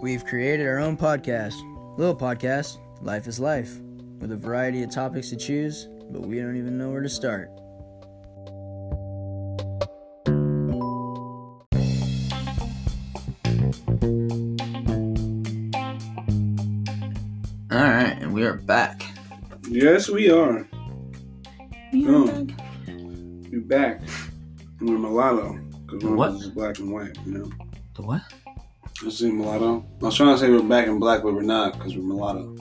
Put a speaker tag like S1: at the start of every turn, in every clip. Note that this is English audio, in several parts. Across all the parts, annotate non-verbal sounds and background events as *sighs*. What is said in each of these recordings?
S1: We've created our own podcast, little podcast, Life is Life, with a variety of topics to choose, but we don't even know where to start. All right, and we are back.
S2: Yes, we are. Oh. We're back. And we're mulatto. Because one
S1: What?
S2: of us is black and white, you know?
S1: The what?
S2: I see mulatto. I was trying to say we're black and black, but we're not because we're mulatto.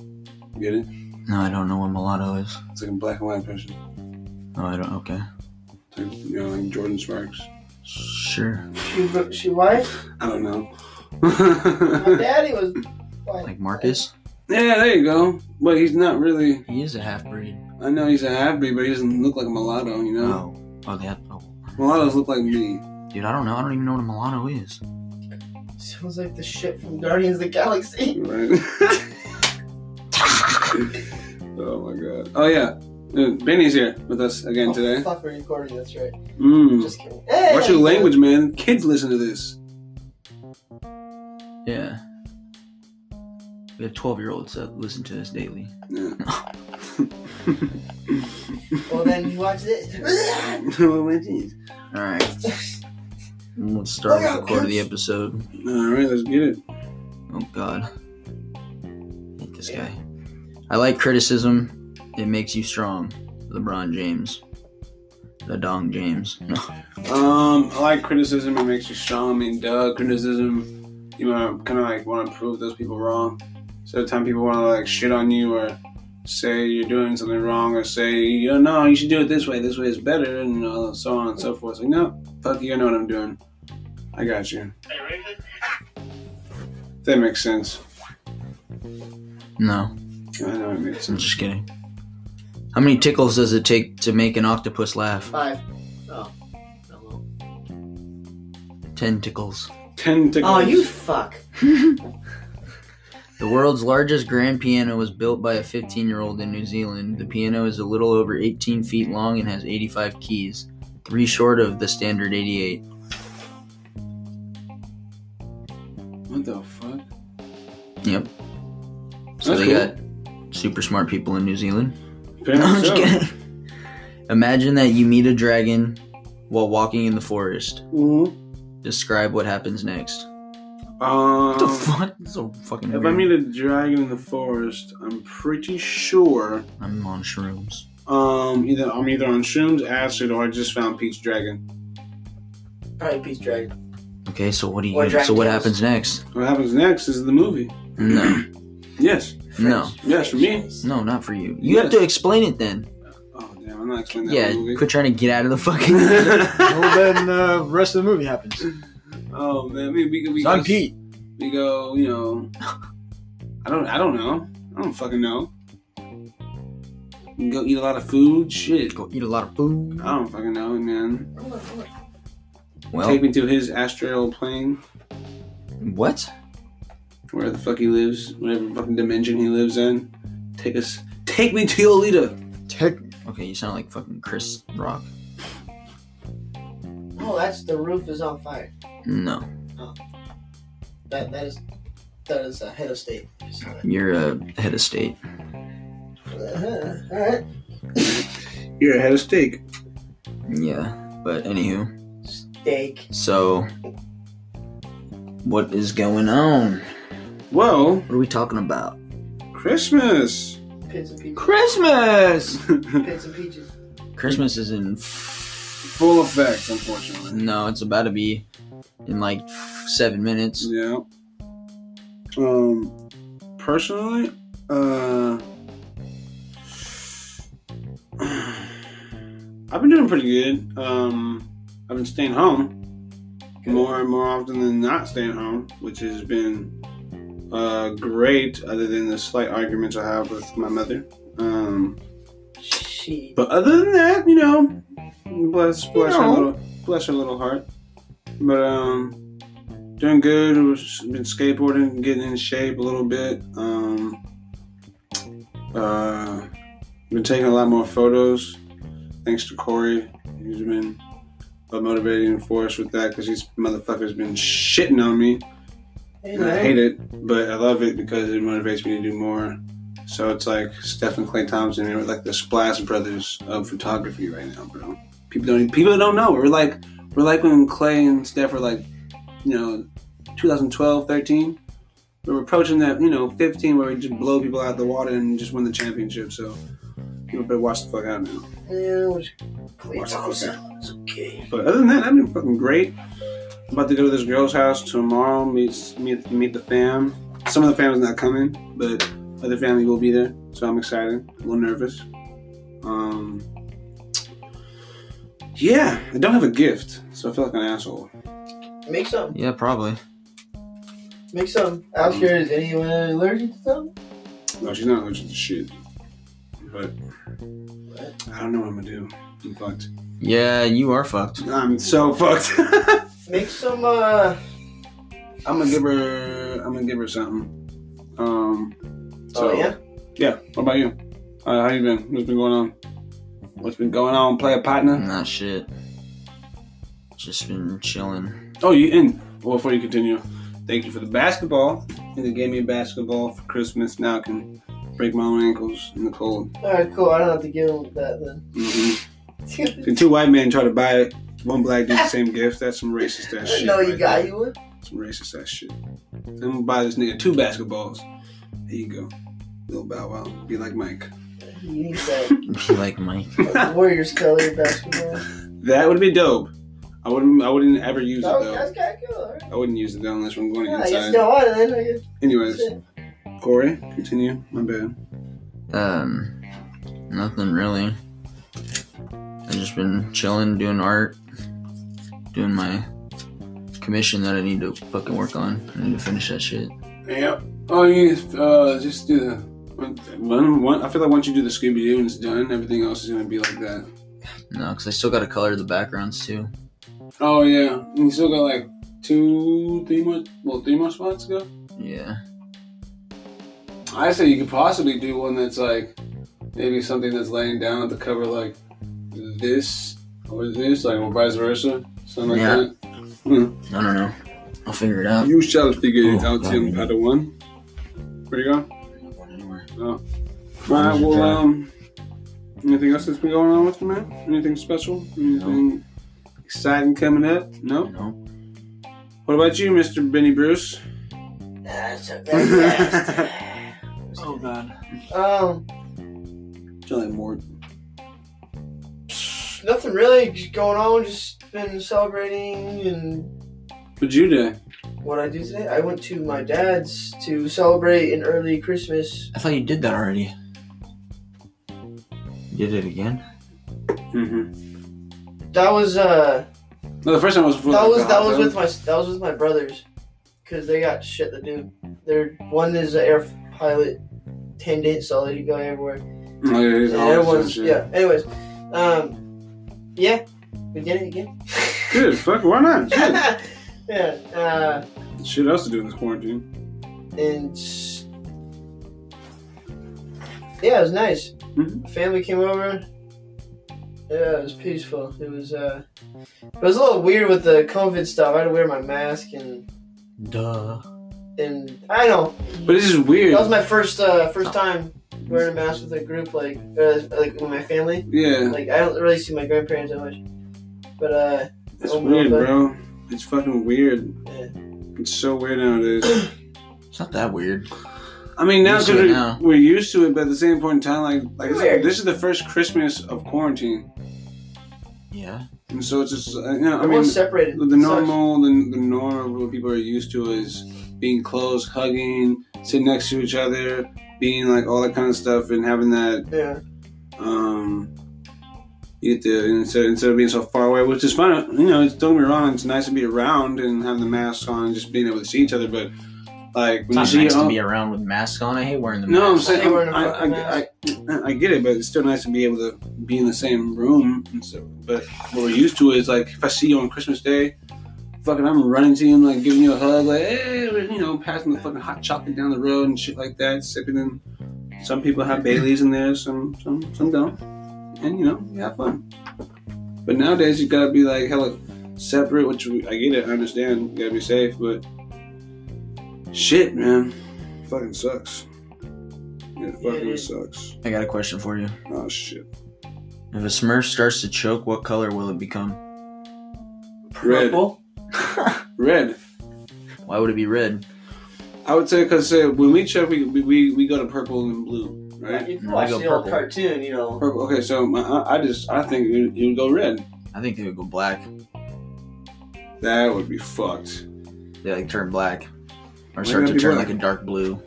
S2: Get it?
S1: No, I don't know what mulatto is.
S2: It's like a black and white person.
S1: Oh, I don't. Okay.
S2: It's like, you know, like Jordan Sparks.
S1: Sure.
S3: She, she white?
S2: I don't know. *laughs*
S3: My daddy was white.
S1: Like Marcus?
S2: yeah, there you go. But he's not really.
S1: He is a half breed.
S2: I know he's a half breed, but he doesn't look like a mulatto, you know?
S1: Oh. Oh, they have. Oh.
S2: Mulattoes look like me.
S1: Dude, I don't know. I don't even know what a mulatto is.
S3: Sounds like the shit from Guardians of
S2: *laughs*
S3: the Galaxy.
S2: Right? oh my god. Oh yeah. Uh, Benny's here with us again
S3: Oh,
S2: today.
S3: fuck, we're recording this, right?
S2: Mm.
S3: Just kidding. Hey!
S2: Watch your language, man. Kids listen to this.
S1: Yeah. We have 12 year olds that listen to us daily.
S2: Yeah.
S3: *laughs* Well, then you watch this.
S2: *laughs*
S3: Oh,
S1: Alright. Let's start with the core of the episode.
S2: All right, let's get it.
S1: Oh god. I hate this guy. I like criticism. It makes you strong. LeBron James. The Dong James. No.
S2: Um, I like criticism. It makes you strong. I mean, duh, criticism. You want to kind of like want to prove those people wrong. So the time people want to like shit on you or say you're doing something wrong or say you know no, you should do it this way. This way is better and uh, so on and so forth. Like no, fuck you. I know what I'm doing. I got you. If That makes sense.
S1: No.
S2: I know it makes
S1: I'm
S2: sense.
S1: just kidding. How many tickles does it take to make an octopus laugh?
S3: Five. Oh. Hello.
S1: Ten tickles.
S2: Ten tickles.
S3: Oh, you fuck.
S1: The world's largest grand piano was built by a 15 year old in New Zealand. The piano is a little over 18 feet long and has 85 keys, three short of the standard 88.
S2: *laughs* What the fuck?
S1: Yep. So
S2: That's
S1: they
S2: cool.
S1: got super smart people in New Zealand.
S2: *laughs*
S1: No, I'm *laughs*
S2: Apparently
S1: just
S2: so.
S1: kidding. Imagine that you meet a dragon while walking in the forest.
S2: Mhm.
S1: Describe what happens next.
S2: Um,
S1: What the fuck? This is so fucking
S2: If
S1: weird.
S2: I meet a dragon in the forest, I'm pretty sure
S1: I'm on shrooms.
S2: um, either I'm either on shrooms, acid, or I just found Peach Dragon.
S3: Probably Peace Dragon.
S1: Okay, so what do
S3: Or
S1: you? So what
S3: dragons.
S1: happens
S2: *clears throat*
S1: next?
S2: What happens next is the movie.
S1: No,
S2: Yes.
S1: no,
S2: Yes, for me. Hmm.
S1: no, not for you. You have
S2: Yes.
S1: to explain it then.
S2: Oh damn, I'm not explaining that
S1: Yeah,
S2: movie. *laughs*
S1: quit trying to get out of the fucking.
S4: well, then uh, the rest of the movie happens.
S2: oh man, we we, we,
S4: It's on
S2: go-
S4: Pete.
S2: we go, you know. I don't I don't know. I don't fucking know. You can go eat a lot of food, shit.
S1: Go eat a lot of food.
S2: I don't fucking know, man.
S1: Well,
S2: Take me to his astral plane,
S1: what?
S2: where the fuck he lives, whatever fucking dimension he lives in. Take us, take me to Yolita.
S4: Tech.
S1: Okay, you sound like fucking Chris Rock.
S3: Oh, that's the roof is on fire.
S1: No,
S3: That that is that is a head of state.
S1: you're a head of state.
S3: Uh-huh. All right.
S2: You're ahead of steak.
S1: Yeah, but anywho,
S3: Steak.
S1: so what is going on?
S2: Well,
S1: What are we talking about?
S2: Christmas. *laughs*
S3: Pins and peaches.
S1: Christmas.
S3: Pins and peaches.
S1: Christmas is in.
S2: Full effect, unfortunately.
S1: No, it's about to be in like seven minutes.
S2: Yeah. Um, personally, uh, *sighs* I've been doing pretty good. Um, I've been staying home more and more often than not staying home, which has been uh great. Other than the slight arguments I have with my mother. Um.
S3: She.
S2: But other than that, you know, bless bless her
S3: know.
S2: little bless her little heart. But um, doing good. Was- Been skateboarding, getting in shape a little bit. Um, uh, been taking a lot more photos. Thanks to Corey, he's been a motivating force with that because these motherfuckers been shitting on me
S3: you
S2: And
S3: know,
S2: I hate it, but I love it because it motivates me to do more. So it's like Steph and Clay Thompson. We're like the Splash Brothers of photography right now, bro. People don't people don't know. We're like we're like when Clay and Steph were like, you know, 2012, 13. We We're approaching that, you know, 15 where we just blow people out of the water and just win the championship. So people better watch the fuck out now.
S3: yeah, which,
S2: Watch the fuck out.
S3: it's okay.
S2: But other than that, I've been fucking great. I'm about to go to this girl's house tomorrow. Meet meet meet the fam. Some of the family's not coming, but other family will be there. So I'm excited. A little nervous. Um. Yeah, I don't have a gift, so I feel like an asshole.
S3: Make some.
S1: Yeah, probably.
S3: Make some. I was curious, anyone allergic to something?
S2: No, she's not allergic to shit. But I don't know what I'm gonna do. I'm fucked.
S1: Yeah, you are fucked.
S2: I'm so fucked. *laughs*
S3: Make some, uh,
S2: I'm gonna give her. I'm gonna give her something. Um. So
S3: oh yeah?
S2: Yeah. What about you? Uh, how you been? What's been going on? What's been going on? Play a partner?
S1: Nah, shit. Just been chilling. *laughs*
S2: Oh, you in? Well, before you continue, thank you for the basketball. And they gave me a basketball for Christmas. Now I can break my own ankles in the cold.
S3: Alright, cool. I don't have to give him that then.
S2: Mm-hmm. *laughs* Can two white men try to buy one black dude the same gift? That's some racist ass
S3: I
S2: shit.
S3: know you
S2: right
S3: got
S2: there.
S3: you one.
S2: Some racist ass shit. I'm gonna buy this nigga two basketballs. There you go. Little Bow Wow. Be like Mike.
S3: You need that
S1: like Mike.
S3: like, Warriors color basketball.
S2: That would be dope. I wouldn't. I wouldn't ever use it
S3: That was,
S2: though.
S3: Oh, that's kind of cool, alright.
S2: I wouldn't use it though unless I'm going
S3: Yeah, I
S2: inside.
S3: guess you don't want it then. I guess.
S2: Anyways,
S3: Shit.
S2: Corey, continue. My bad.
S1: Um, nothing really. I've just been chilling, doing art, doing my commission that I need to fucking work on. I need to finish that shit.
S2: Yep. Oh, you uh, just do the. One, one, I feel like once you do the Scooby Doo and it's done, everything else is gonna be like that.
S1: No, because I still got to color the backgrounds too.
S2: Oh yeah, and you still got like two, three more, well, three more spots to go.
S1: Yeah.
S2: I say you could possibly do one that's like maybe something that's laying down at the cover, like this or this, like or vice versa, something like
S1: Yeah.
S2: that.
S1: I don't know. I'll figure it out.
S2: You shall figure it
S1: Oh,
S2: out, young
S1: God.
S2: Padawan. Where you going? All right. Well, um, anything else that's been going on with you, man? Anything special? Anything exciting coming up? No.
S1: No.
S2: What about you, Mister Benny Bruce?
S3: Nah, that's not bad.
S4: Oh god.
S3: um,
S2: Johnny Mort.
S3: nothing really just going on. Just been celebrating and
S2: What'd you do?
S3: what I do today. I went to my dad's to celebrate an early Christmas.
S1: I thought you did that already. You did it again?
S2: Mm-hmm.
S3: That was uh,
S2: No, the first time was before.
S3: that
S2: the
S3: was that was
S2: Gaza.
S3: with my that was with my brothers, cause they got shit to do. They're one is an air pilot attendant, so they can go everywhere.
S2: Oh, yeah, he's
S3: And
S2: always doing
S3: everyone's
S2: shit.
S3: yeah. Anyways, um, yeah, we did it again. *laughs*
S2: Good. Fuck. Why not? Shit.
S3: yeah. Uh,
S2: shit else to do in this quarantine.
S3: and s- yeah, it was nice.
S2: Mhm.
S3: Family came over. Yeah, it was peaceful. It was uh, it was a little weird with the COVID stuff. I had to wear my mask and
S1: Duh.
S3: and I know
S2: But it's just weird.
S3: that was my first uh first time wearing a mask with a group like uh, like with my family.
S2: yeah.
S3: Like I don't really see my grandparents that much, but uh,
S2: It's
S3: Oh,
S2: weird,
S3: but-
S2: bro. It's fucking weird.
S3: Yeah.
S2: It's so weird nowadays.
S1: It's not that weird.
S2: I mean, now
S1: Used
S2: cause
S1: to it
S2: we're,
S1: now.
S2: we're used to it, but at the same point in time, like, like this,
S3: Weird.
S2: this is the first Christmas of quarantine,
S1: Yeah.
S2: and so it's just uh, you know, I mean,
S3: everyone's separated.
S2: the
S3: It
S2: normal, the, the norm of what people are used to is being close, hugging, sitting next to each other, being like all that kind of stuff, and having that
S3: sucks. Yeah,
S2: um, you get to instead, instead of being so far away, which is fun. You know, it's, don't get me wrong. It's nice to be around and have the mask on and just being able to see each other. But like
S1: It's
S2: when you
S1: not
S2: see
S1: nice
S2: all-
S1: to be around with masks on. I hate wearing the
S2: no, I'm
S1: mask.
S2: saying
S3: They wearing a
S2: I,
S3: fucking
S2: I, I, I get it, but it's still nice to be able to be in the same room. And so, but what we're used to is like if I see you on Christmas Day, fucking I'm running to you and like giving you a hug, like hey, we're, you know, passing the fucking hot chocolate down the road and shit like that, sipping. in. Some people have Baileys in there, some some some don't, and you know, you have fun. But nowadays you gotta be like hella separate, which we- I get it, I understand, you gotta be safe, but Shit, man. Fucking sucks. It
S3: Yeah,
S2: fucking
S3: dude.
S2: sucks.
S1: I got a question for you.
S2: Oh shit.
S1: If a Smurf starts to choke, what color will it become?
S2: Red.
S3: Purple.
S2: Red.
S1: Why would it be red?
S2: I would say because uh, when we check, we, we- we we go to purple and blue, right?
S3: If you
S1: I
S3: watch
S1: go
S3: the old
S1: purple.
S3: cartoon, you know.
S2: Purple. Okay, so my, I, I just I think you would go red.
S1: I think they would go black.
S2: That would be fucked.
S1: They like turn black, or
S2: Why
S1: start
S2: would it
S1: to
S2: be
S1: turn
S2: black?
S1: like a dark blue.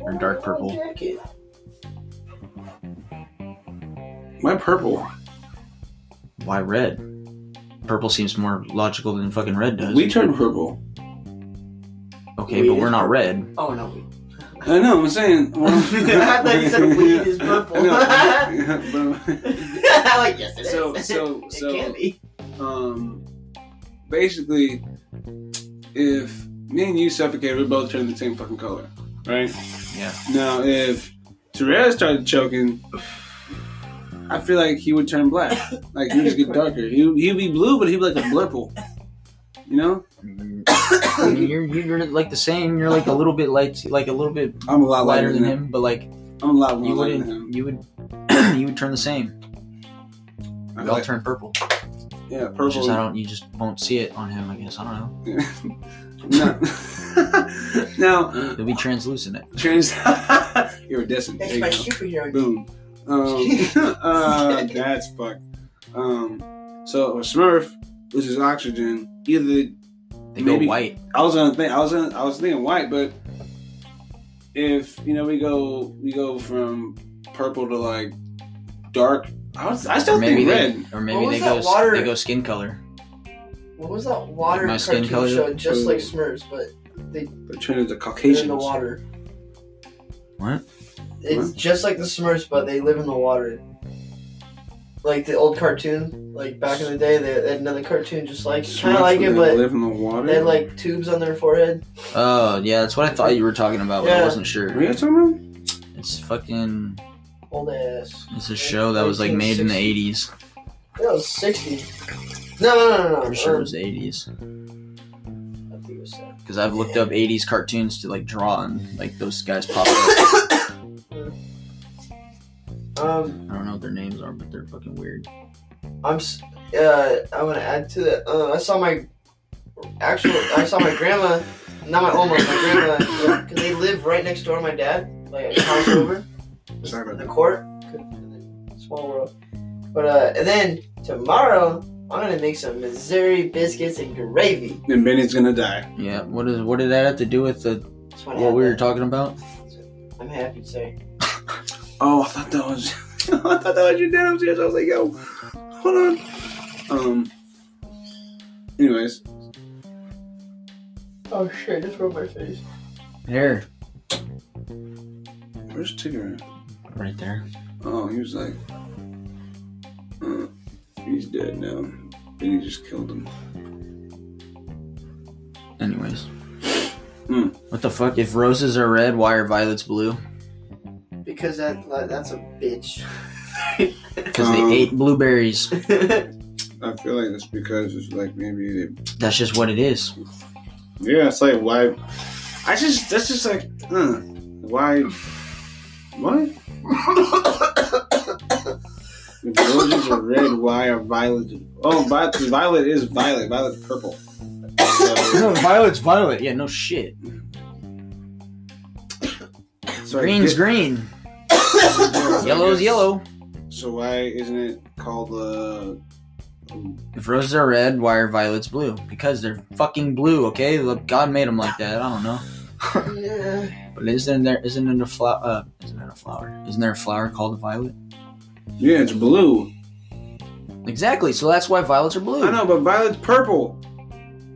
S3: Or
S1: dark purple.
S3: Jacket.
S2: Why purple?
S1: Why red? Purple seems more logical than fucking red does.
S2: We turn purple.
S1: okay,
S3: Weed
S1: but
S3: is
S1: we're not
S2: *coughs*
S3: purple.
S1: red.
S3: Oh no. we-
S2: I know. I'm
S3: *laughs*
S2: saying. Well,
S3: I thought
S2: *laughs*
S3: you said weed is purple.
S2: I
S3: *laughs*
S2: know. But-
S3: like yes, it is.
S2: so so
S3: *laughs* it
S2: so.
S3: can be.
S2: um, basically, if me and you suffocate, we both turn the same fucking color, right?
S1: Yeah.
S2: Now, if Terrell started choking, I feel like he would turn black. Like he would just get darker. He he'd be blue, but he'd be like a blurple. You know,
S1: I mean, you're you're like the same. You're like a little bit light, like a little bit
S2: I'm a lot
S1: lighter than him, but like
S2: I'm a lot
S1: you
S2: more lighter than him.
S1: wouldn't, you would, you would *coughs* turn the same.
S2: I
S1: We all
S2: like-
S1: turn purple.
S2: yeah,
S1: It's
S2: purple.
S1: Just I don't, you just won't see it on him. I guess I don't know.
S2: No. *laughs* now, *coughs*
S1: It'll be translucent. It.
S2: trans. *laughs* iridescent. There you
S3: That's my
S2: go.
S3: superhero.
S2: Boom. Um, *laughs*
S3: *laughs*
S2: uh, that's fucked. Um, so a Smurf loses oxygen. Either
S1: They
S2: Maybe-
S1: go white.
S2: I was gonna think I was gonna, I was thinking white, but if you know we go we go from purple to like dark, I, was, I still
S1: Or maybe
S2: think
S1: they,
S2: red.
S1: or
S3: What
S1: maybe
S3: was
S1: they
S3: that
S1: go,
S3: water-
S1: they go skin color.
S3: What was that water
S1: My skin
S3: cartoon
S1: color?
S3: show? Just like
S2: Ooh.
S3: Smurfs, but
S2: But turn into
S3: they live in
S2: Caucasian.
S3: the water.
S1: What?
S3: It's just like the Smurfs, but they live in the water. Like the old cartoon, like back in the day, they had another cartoon just like kind of like it, but
S2: live in the water.
S3: they had like tubes on their forehead.
S1: Oh yeah, that's what I thought you were talking about, but I
S3: Yeah.
S1: wasn't sure.
S2: Are you talking
S1: It's fucking.
S3: Old ass.
S1: It's a show that was like made in the 80s.
S3: That was sixty. No, no, no, no. no.
S1: I'm sure it
S3: Um,
S1: was the 80s
S3: I think it was seven.
S1: because I've looked up 80s cartoons to like draw and like those guys pop up.
S3: Um,
S1: I don't know what their names are, but they're fucking weird.
S3: I'm. s- Uh, I want to add to that. Uh, I saw my actual. I saw my grandma, not my oma, my grandma, because they live right next door to my dad, like a house *coughs* over,
S2: about? Sorry about
S3: the court. Small world. But uh, and then tomorrow I'm gonna make some Missouri biscuits and gravy.
S2: that. And Benny's gonna die.
S1: Yeah, what is what did that have to do with the
S3: That's what I
S1: what we were
S3: had.
S1: talking about?
S3: I'm happy to say.
S2: Oh, I thought that was *laughs* I thought that was your dad upstairs. I was like, yo, hold on. Um. Anyways,
S3: Oh shit! Just rub my face.
S1: Here,
S2: Where's Tigger at?
S1: right there.
S2: Oh, he was like, uh, he's dead now. And he just killed him.
S1: Anyways,
S2: Hmm.
S1: what the fuck? If roses are red, why are violets blue?
S3: Because that that's a bitch.
S1: Because
S2: Um.
S1: they ate blueberries.
S2: I feel like it's because it's like maybe they,
S1: That's just what it is.
S2: yeah, it's like why? I just that's just like uh, why? What? if roses are red, why are violet? Oh, violet, violet is violet. Violet's
S1: *laughs*
S2: purple. So,
S4: Violet's violet.
S1: Yeah, no shit.
S2: so I
S1: Green's
S2: get-
S1: green.
S2: so I
S1: Yellow's
S2: guess-
S1: yellow.
S2: So why isn't it called uh,
S1: If roses are red, why are violets blue? Because they're fucking blue. Okay, Look, God made them like that. I don't know.
S3: *laughs* yeah. *laughs*
S1: But isn't there isn't it a flower? Uh, isn't it a flower? Isn't there a flower called a violet?
S2: yeah, it's blue.
S1: Exactly. So that's why violets are blue.
S2: I know, but violet's purple.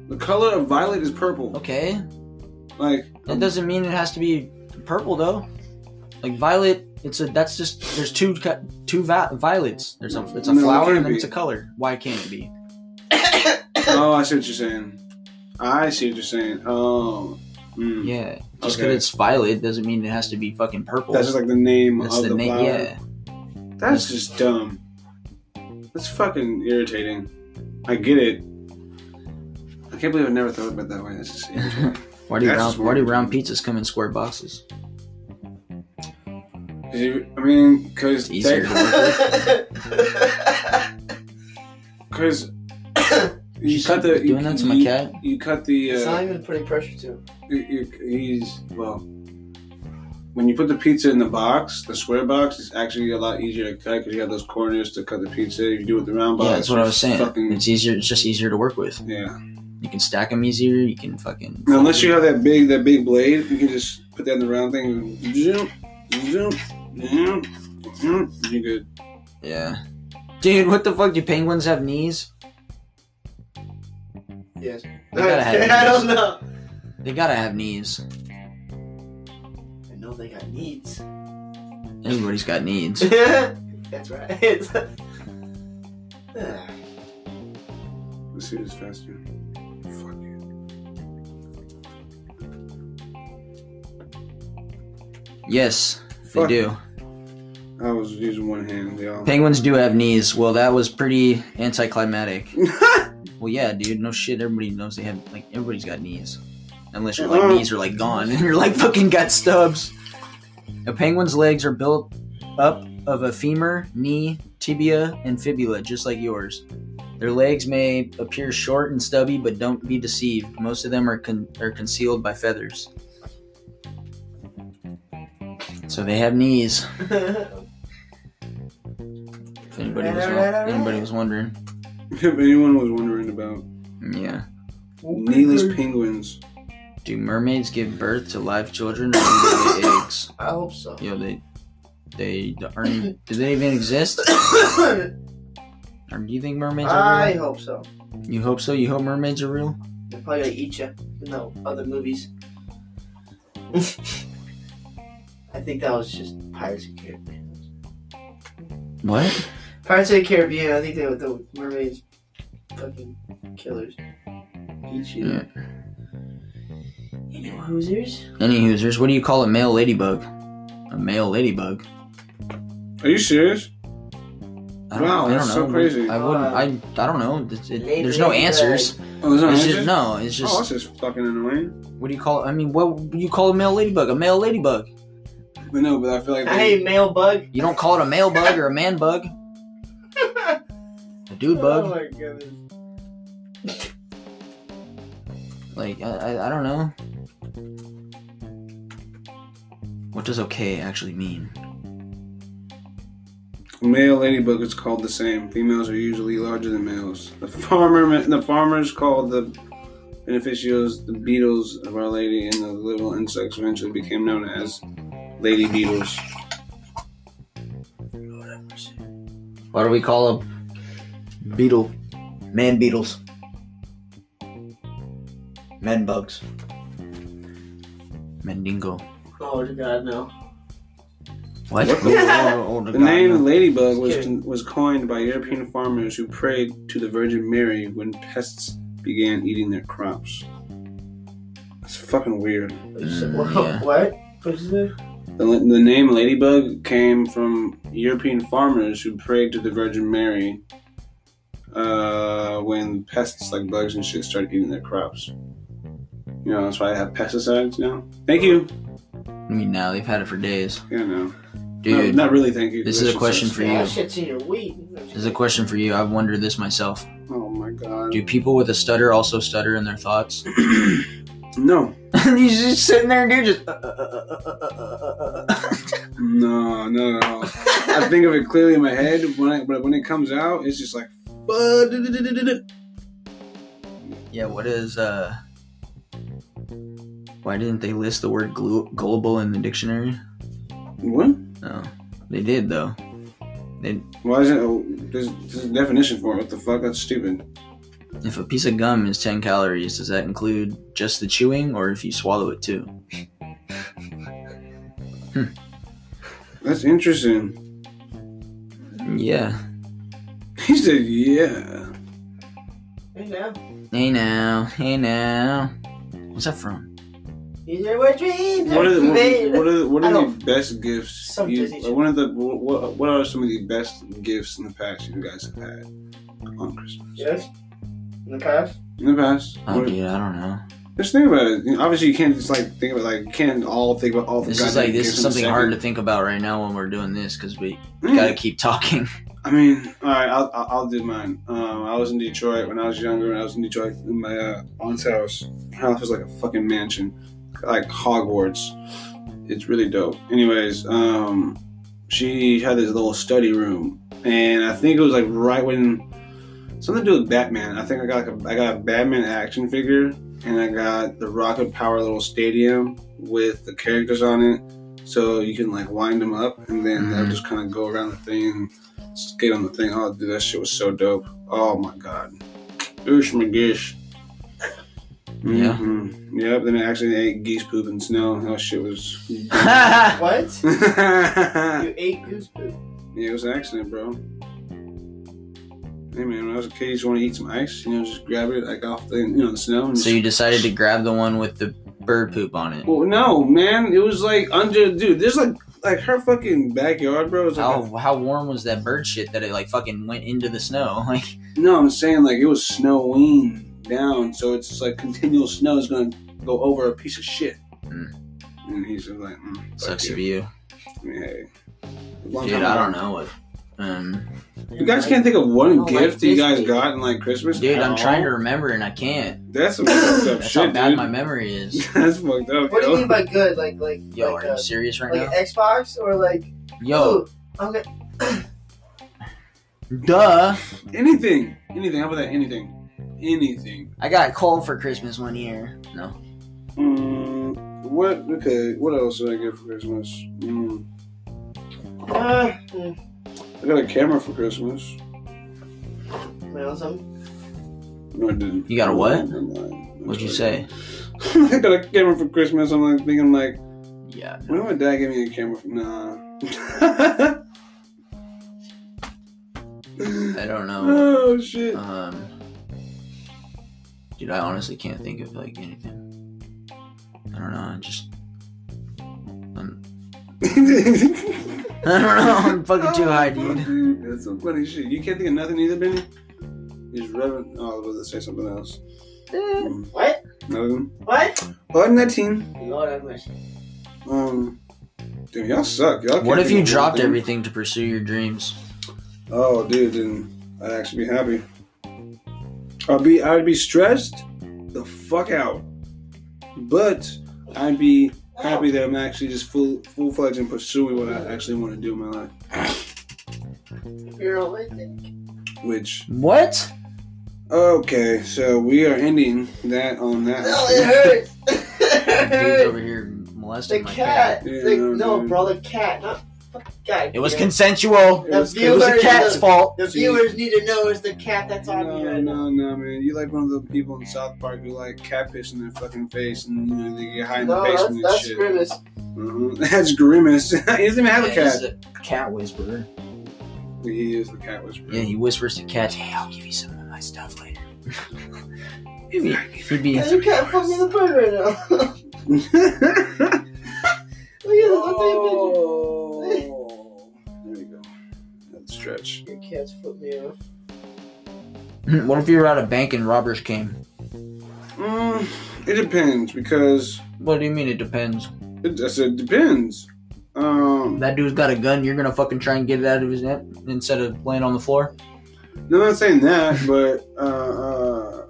S2: The color of violet is purple.
S1: Okay,
S2: Like
S1: that doesn't mean it has to be purple though. Like violet, it's a that's just there's two co- two vi- violets. There's a it's a
S2: No, it
S1: flower
S2: can't
S1: and then
S2: be.
S1: it's a color. Why can't it be?
S2: oh, I see what you're saying. I see what you're saying. Oh, mm.
S1: Yeah, just because
S2: Okay.
S1: it's violet doesn't mean it has to be fucking purple.
S2: that's just like the name
S1: That's
S2: of
S1: the,
S2: the,
S1: name.
S2: flower.
S1: Yeah,
S2: That's just dumb. That's fucking *laughs* irritating. I get it. I can't believe I never thought about it that way. That's just irritating.
S1: Why do
S2: That's
S1: round
S2: just
S1: Why do
S2: weird.
S1: round pizzas come in square boxes?
S2: 'Cause you- I mean, because
S1: It's easier to work
S2: *laughs*
S1: with. *coughs*
S2: because you cut the you,
S1: doing that to my
S2: you-
S1: cat.
S2: You cut the
S3: It's
S2: uh,
S3: not even putting pressure to. it.
S2: you, you- he's well. When you put the pizza in the box, the square box is actually a lot easier to cut because you have those corners to cut the pizza. If you do it with the round box,
S1: Yeah, that's what I was saying.
S2: fucking-
S1: It's easier. It's just easier to work with.
S2: yeah.
S1: You can stack them easier. You can fucking.
S2: Now, unless you have that big that big blade, you can just put that in the round thing. And zoom, zoom, zoom, zoom. You good?
S1: Yeah. Dude, what the fuck? Do penguins have knees?
S3: Yes.
S1: They gotta have
S3: *laughs* I don't
S1: knees.
S3: know.
S1: They gotta have knees.
S3: I know they got needs.
S1: Everybody's got needs.
S3: That's *laughs* right.
S2: Let's see this faster. Fuck you.
S1: Yes, they
S2: Fuck.
S1: do.
S2: I was using one hand. They all. *laughs*
S1: Penguins do have knees. Well, that was pretty anticlimactic. Well, yeah, dude. No shit. Everybody knows they have like everybody's got knees, unless your like
S2: Uh-uh.
S1: knees are like gone and you're like fucking got stubs. A penguin's legs are built up of a femur, knee, tibia, and fibula, just like yours. Their legs may appear short and stubby, but don't be deceived. Most of them are con- are concealed by feathers. So they have knees. If anybody was,
S3: Alright, alright,
S1: anybody
S3: alright.
S1: was wondering,
S2: if anyone was wondering about
S1: yeah.
S2: kneeless penguins,
S1: Do mermaids give birth to live children or do they *coughs* lay eggs?
S3: I hope so.
S1: Yo, they, they aren't. Do they even exist? Or do you think mermaids are
S3: *coughs* I
S1: real?
S3: hope so.
S1: You hope so. You hope mermaids are real.
S3: They're probably gonna eat you in the other movies. *laughs* I think that was just Pirates of the Caribbean.
S1: What?
S3: Pirates of the Caribbean, I think they were the mermaids fucking killers. Eat you.
S1: Yeah.
S3: You know hoosers?
S1: Any hoosers? What do you call a male ladybug? A male ladybug.
S2: are you serious?
S1: I don't, I
S2: Wow,
S1: don't
S2: that's so
S1: know.
S2: crazy.
S1: I wouldn't. I. I don't know. It's- it- there's no
S3: Ladybug.
S1: answers.
S2: Oh, there's no
S1: It's
S2: answer?
S1: just no. It's
S2: oh,
S1: just
S2: that's just fucking annoying.
S1: what do you call? it? I mean, what do you call a male ladybug? A male ladybug.
S2: But no, but I feel like
S3: I
S2: they,
S3: hate male bug.
S1: You don't call it a male bug or a man
S2: *laughs*
S1: bug. A dude bug.
S3: Oh my goodness.
S1: Like I, I, I don't know. What does okay actually mean?
S2: male ladybug is called the same. Females are usually larger than males. The farmer, the farmers called the beneficios the beetles of Our Lady, and the little insects eventually became known as lady beetles.
S1: Why do we call a beetle man beetles? Men bugs. Mendingo.
S3: Oh god, no.
S1: What?
S2: *laughs* What
S1: the
S2: the- The name ladybug
S3: Just
S2: was
S3: kidding.
S2: was coined by European farmers who prayed to the Virgin Mary when pests began eating their crops. That's fucking weird.
S1: Mm,
S3: Wha-
S1: yeah.
S3: *laughs* What? What'd you say?
S2: The, the name Ladybug came from European farmers who prayed to the Virgin Mary uh, when pests like bugs and shit started eating their crops. You know, that's why they have pesticides now. Thank you.
S1: I mean, now they've had it for days,
S2: Yeah, no.
S1: dude.
S2: No, not really thank you.
S1: this
S2: That
S1: is a
S2: shit
S1: question
S2: sucks.
S1: for
S3: Yeah,
S1: you.
S3: that shit's in your weed.
S1: This is a question for you. I've wondered this myself.
S2: Oh my god.
S1: Do people with a stutter also stutter in their thoughts? *laughs*
S2: No.
S1: He's just sitting there, dude. Just.
S2: No, no, no. I think of it clearly in my head, when I, but when it comes out, it's just like. "Bud, duh, duh, duh, duh, duh, duh."
S1: Yeah, what is uh why didn't they list the word glu- gullible in the dictionary?
S2: What?
S1: No. They did though. They,
S2: Why is it? Oh, there's, there's a definition for it. What the fuck? That's stupid.
S1: if a piece of gum is 10 calories, does that include just the chewing or if you swallow it too?
S2: That's interesting.
S1: Yeah.
S2: *laughs* He said, "Yeah."
S3: Hey now,
S1: Hey now, hey now. What's that from?
S3: these are what dreams
S2: What are
S3: are
S2: the
S3: made.
S2: what, what are the, what
S3: I
S2: are
S3: don't-
S2: the best gifts?
S3: Some
S2: you,
S3: Disney
S2: or one of the what, what are some of the best gifts in the past you guys have had on Christmas?
S3: *laughs* Yes. In the past.
S2: In the past,
S1: Oh,
S2: what-
S1: dude, I don't know.
S2: Just think about it. You know, obviously, you can't just like think about like you can't all think about all the.
S1: This is
S2: goddamn
S1: like this is
S2: gifts in a
S1: something
S2: second.
S1: hard to think about right now when we're doing this because we
S2: *laughs* Mm.
S1: gotta keep talking. *laughs*
S2: I mean, all right, I'll, I'll I'll do mine. Um, I was in Detroit when I was younger. When I was in Detroit, in my uh, aunt's house, her house was like a fucking mansion, like Hogwarts. It's really dope. Anyways, um, she had this little study room, and I think it was like right when something to do with Batman. I think I got like a, I got a Batman action figure, and I got the Rocket Power little stadium with the characters on it, so you can like wind them up, and then they'll
S1: Mhm.
S2: just kind of go around the thing. and skate on the thing. Oh, dude, that shit was so dope. Oh my god. Oosh my gish.
S1: Yeah.
S2: Mhm. Yep. Then I actually ate geese poop and snow. That
S1: *laughs*
S2: shit was.
S1: I
S3: What?
S2: yeah,
S3: You ate goose poop.
S2: it was an accident, bro. Hey man, when I was a kid, you just want to eat some ice. You know, just grab it like off the you know the snow. And
S1: So you decided to grab the one with the bird poop on it.
S2: Well, no, man. It was like under, dude. There's like like her fucking backyard, bro. Was like a-
S1: How how warm was that bird shit that it like fucking went into the snow? *laughs* Like
S2: No, I'm saying like it was snowing down, so it's just, like continual snow is gonna go over a piece of shit.
S1: Mm.
S2: And he's just like, mm, fuck
S1: sucks
S2: you.
S1: to be you,
S2: I mean, hey. Long
S1: dude.
S2: time
S1: I
S2: ago.
S1: don't know what. Um,
S2: You guys can't think of one
S3: Oh, like
S2: gift that you guys
S3: Disney.
S2: got in like Christmas.
S1: dude,
S2: at
S1: I'm
S2: all?
S1: trying to remember and I can't.
S2: That's some fucked
S1: *laughs*
S2: up
S1: That's
S2: shit,
S1: how bad
S2: dude. *laughs*
S1: my memory is.
S2: That's fucked up.
S3: What do
S2: yo.
S3: you mean by good? Like like
S1: Yo,
S3: like,
S1: are
S3: uh,
S1: you serious right
S3: like Xbox or like
S2: eh,
S1: now? Yo,
S2: oh.
S3: Ooh, I'm gonna
S1: duh.
S2: Anything, anything. How about that? Anything, anything.
S1: I got coal for Christmas one year. No.
S2: Mm, what? Okay. What else did I get for Christmas? Mm,
S3: uh, hmm,
S2: I got a camera for Christmas.
S3: can I own something?
S2: No, I didn't.
S1: You got a what?
S2: Never mind.
S1: What'd you say?
S2: I got a camera for Christmas. I'm like thinking like,
S1: Yeah.
S2: when did my dad give me a camera? For? Nah.
S1: I don't
S2: *laughs*
S1: know.
S2: *laughs* oh shit.
S1: Um, dude, I honestly can't think of like anything. I don't know. I just. *laughs* I'm, I don't know. I'm fucking too high,
S2: Oh,
S1: dude.
S2: dude, That's some funny shit. You can't think of nothing either, Benny. You just reverend. Oh, I was about to say something else. Mm,
S3: What?
S2: Nothing.
S3: What?
S2: Other than that team,
S3: Lord have mercy.
S2: um, dude, y'all suck. Y'all. can't
S1: What if
S2: think
S1: you
S2: of
S1: dropped
S2: nothing.
S1: everything to pursue your dreams?
S2: Oh, dude, then I'd actually be happy. I'd be I'd be stressed the fuck out, but I'd be happy that I'm actually just full full fledged and pursuing what I actually want to do in my life,
S3: You're a lightning.
S2: which
S1: *laughs* What?
S2: okay, so we are ending that on that.
S3: No,
S1: *laughs*
S3: it hurts. It
S1: Dude's over
S3: hurts.
S1: here molesting
S3: the
S1: my
S3: cat.
S2: Yeah,
S3: the,
S2: no,
S3: no,
S2: dude.
S3: bro, the cat. Not the cat.
S1: It was
S3: Yeah.
S1: consensual.
S2: It
S3: The
S2: was-
S1: It was the
S3: viewers-
S1: cat's fault.
S3: The viewers need to know it's the cat that's on me
S2: No,
S3: right now.
S2: no, no, man. You like one of the people in South Park who like catfish in their fucking face, and you know they get high in the
S3: No, that's,
S2: basement and
S3: that's
S2: shit.
S3: grimace.
S2: Mhm. *laughs* That's grimace. he doesn't even have a
S1: Yeah, he's
S2: cat.
S1: a cat whisperer.
S2: He is the cat
S1: *laughs*
S2: whisperer.
S1: Yeah, he whispers to cats, "Hey, I'll give you some of my stuff later." *laughs* Maybe he'd be.
S3: Yeah, you can't fuck me the bird right now. *laughs* Look at this. I'll
S2: Oh. There you go. That stretch.
S3: take a picture. Your cat's flipped me off.
S1: *laughs* What if you were at a bank and robbers came?
S2: Mm, it depends because
S1: What do you mean? It depends.
S2: it, I said depends. Um,
S1: That dude's got a gun. You're gonna fucking try and get it out of his net instead of laying on the floor.
S2: no, I'm not saying that, but uh, uh,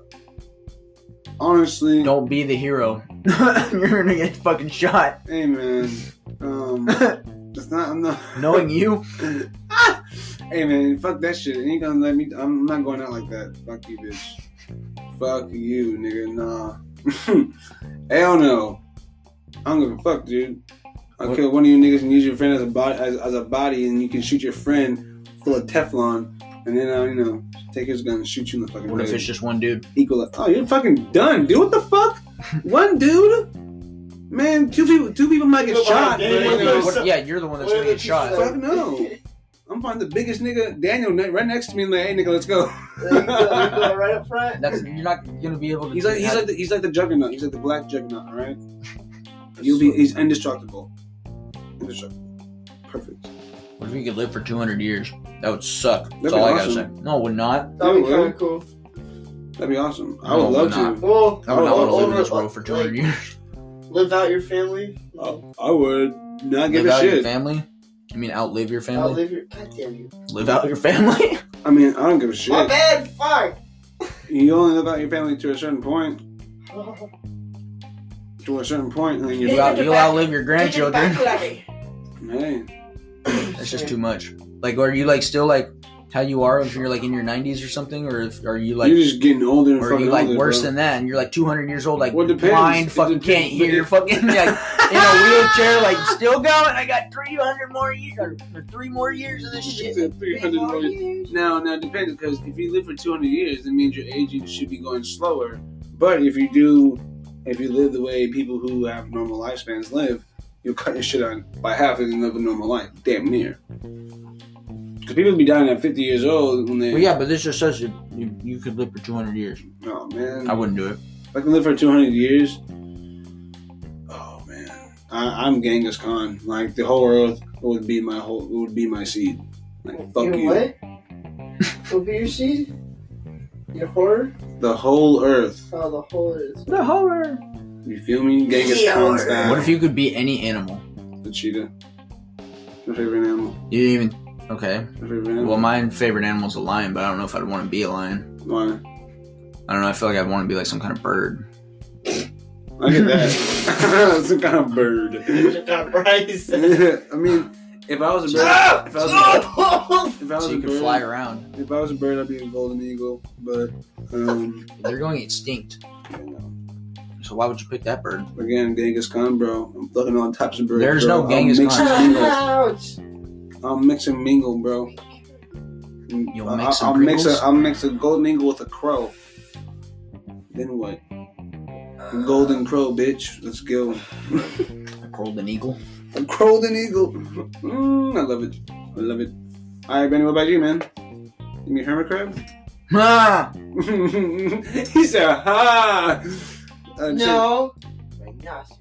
S2: honestly,
S1: Don't be the hero. *laughs* You're gonna get fucking shot.
S2: hey man,
S1: *laughs*
S2: um, that's not. I'm not.
S1: Knowing you,
S2: Hey man, fuck that shit. You ain't gonna let me. I'm not going out like that. Fuck you, bitch. Fuck you, nigga. Nah. *laughs* Hell no. I don't give a fuck, dude. I'll
S1: What-
S2: kill one of you niggas and use your friend as a body, as, as a body, and you can shoot your friend full of Teflon, and then uh, you know take his gun and shoot you in the fucking
S1: what if it's
S2: face.
S1: just one dude?
S2: Equal. Oh, you're fucking done, dude. What
S1: *laughs*
S2: the fuck? one dude. Man, two people. Two people might get
S3: Nobody
S2: shot.
S3: did
S2: but, you
S3: it.
S2: know,
S3: What-
S1: yeah, you're the one that's
S3: what
S1: gonna get
S3: if it's
S1: shot.
S3: just
S2: Fuck
S3: *laughs*
S2: no. I'm finding the biggest nigga, Daniel, ne- right next to me, and like, hey nigga, let's go.
S3: There you go, you go right
S1: *laughs*
S3: up front.
S1: That's you're not gonna be able to.
S2: He's
S1: do
S2: like he's
S1: that.
S2: like the, he's like the juggernaut. He's like the black juggernaut.
S1: *laughs*
S2: All right. You'll be he's indestructible. Indestructible. Perfect.
S1: What if we could live for 200 years? That would suck.
S2: That'd
S1: That's
S2: be
S1: all I gotta
S2: awesome.
S1: say. No, it would not.
S3: That'd be
S2: Yeah,
S3: kind
S2: well.
S3: of cool.
S2: That'd be awesome. I
S1: No,
S2: would love
S1: not.
S2: to.
S3: Well,
S1: I would
S2: Oh,
S1: not want to live in
S3: over-
S1: this world for 200
S3: like,
S1: years.
S3: Live out your family.
S2: I, I would not give
S1: Live
S2: a
S1: out your
S2: shit.
S1: family? You mean outlive your family?
S3: Outlive your. God damn you.
S1: *laughs* live out your
S2: *laughs*
S1: family?
S2: I mean, I don't give a
S3: My
S2: shit.
S3: bad. Fuck.
S2: You only live out your family to a certain point. To a certain point, and then
S1: you
S2: you're
S1: out,
S2: out.
S1: you'll outlive your grandchildren.
S2: Hey,
S1: That's just too much. Like, are you like still like how you are if you're like in your 90s or something, or if, are you like,
S2: you're just getting older and
S1: or are
S2: fucking
S1: you like
S2: older,
S1: worse
S2: bro.
S1: than that, and you're like 200 years old, like
S2: Well, it depends.
S1: blind,
S2: It
S1: fucking
S2: depends,
S1: can't hear,
S2: but
S1: you're
S2: it-
S1: fucking like *laughs* in a wheelchair, like still going. I got 300 more years, or, or three more years of this shit.
S2: Three hundred million. Now, now it depends because if you live for 200 years, that means your aging should be going slower. But if you do, if you live the way people who have normal lifespans live, you'll cut your shit on by half and live a normal life, damn near. Because people be dying at 50 years old when they.
S1: Well, yeah, but this just says you, you, you could live for 200 years.
S2: Oh man,
S1: I wouldn't do it.
S2: if I can live for 200 years. Oh man, I, I'm Genghis Khan. Like the whole earth would be my whole, would be my seed. Like fuck
S3: your
S2: you.
S3: what? Will be your seed? Your horror?
S2: The whole earth.
S3: Oh, the horror is.
S1: The horror.
S2: You feel me? Genghis
S3: Yeah.
S2: Khan style.
S1: What if you could be any animal?
S2: The cheetah. My favorite animal.
S1: You didn't even. Okay.
S2: My favorite animal.
S1: Well, my favorite animal's a lion, but I don't know if I'd want to be a lion.
S2: Why?
S1: I don't know. I feel like I'd want to be like some kind of bird.
S2: Look at that. *laughs* Some kind of bird.
S3: *laughs* Bryce.
S2: *laughs* I mean, if I was a bird,
S3: Ah!
S2: if I was a
S3: Ah!
S2: if I was
S1: So
S2: a
S1: you could
S2: bird,
S1: fly around.
S2: if I was a bird, I'd be a golden eagle. But um, *laughs*
S1: They're going extinct.
S2: you know,
S1: So why would you pick that bird?
S2: again, Genghis Khan, bro. I'm fucking on types of birds.
S1: There's
S2: bro.
S1: no Genghis
S2: I'll mix
S1: Khan.
S2: And *laughs* mingle.
S3: Ouch.
S2: I'll mix and mingle, bro.
S1: You'll
S2: I-
S1: mix some
S2: I'll mix a
S1: Pringles?
S2: I'll mix a golden eagle with a crow. Then what? Golden crow, bitch. Let's go.
S1: A golden eagle.
S2: A golden eagle. Mm, I love it. I love it. All right, Benny, what about you, man? You mean hermit crab? *laughs*
S1: Ah!
S2: he said, ha! Uh,
S3: No.
S2: shit.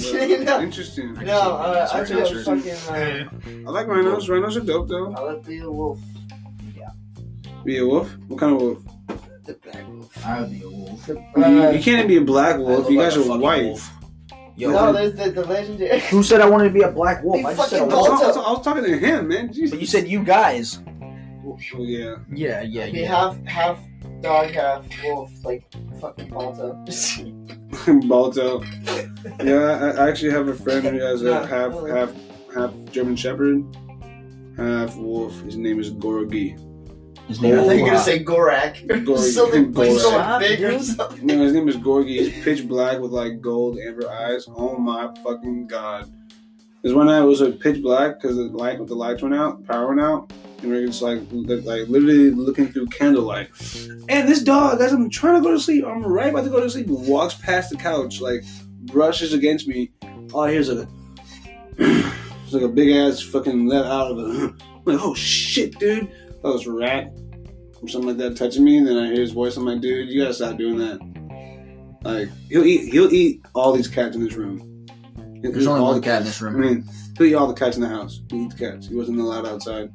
S3: *laughs*
S2: Well,
S3: no.
S2: Interesting.
S3: No, uh, I
S1: Sorry,
S3: took
S1: sorry.
S3: a fucking. Uh,
S2: I like rhinos. Rhinos are dope, though.
S3: I would be a wolf.
S2: Be a wolf? What kind of wolf?
S3: The black wolf.
S1: I would be a wolf.
S3: The,
S2: You-
S3: uh,
S2: you can't be a black wolf. You guys are white.
S1: Yo,
S3: no, there's the, the legendary. *laughs*
S1: who said I wanted to be a black wolf?
S3: You
S1: I just said
S3: fucking
S1: a
S2: I was,
S1: wolf.
S3: dog.
S2: I was- I was talking to him, man. Jesus.
S1: But you said you guys.
S2: Oh, yeah.
S1: Yeah, yeah,
S3: Be
S1: yeah.
S3: half half dog, half wolf, like fucking Balto. *laughs*
S2: Balto. Yeah, I, I actually have a friend who has a
S3: Yeah.
S2: half, half, half German Shepherd, half wolf. His name is Gorgi.
S1: His
S3: I thought you were
S1: is
S3: gonna say Gorak.
S2: Gorg-
S3: *laughs* something like
S2: Gorg.
S3: so big or
S1: Dude.
S3: something.
S2: No, his name is Gorgie. He's pitch black with like gold amber eyes. Oh my fucking god! Because one night it was like pitch black because the light, the lights went out, power went out, and we are just like, li- like literally looking through candlelight. And this dog, as I'm trying to go to sleep, I'm right about to go to sleep, walks past the couch, like brushes against me. All I hear is like a, *clears throat* it's like a big ass fucking let out of it. I'm like, oh shit, dude! That was a rat or something like that touching me, then I hear his voice. I'm like, dude, you gotta stop doing that. Like he'll eat he'll eat all these cats in this room. He'll
S1: There's
S2: eat
S1: only
S2: all
S1: one
S2: the-
S1: cat in this
S2: I
S1: room.
S2: mean, he'll eat all the cats in the house. He eats cats. He wasn't allowed outside.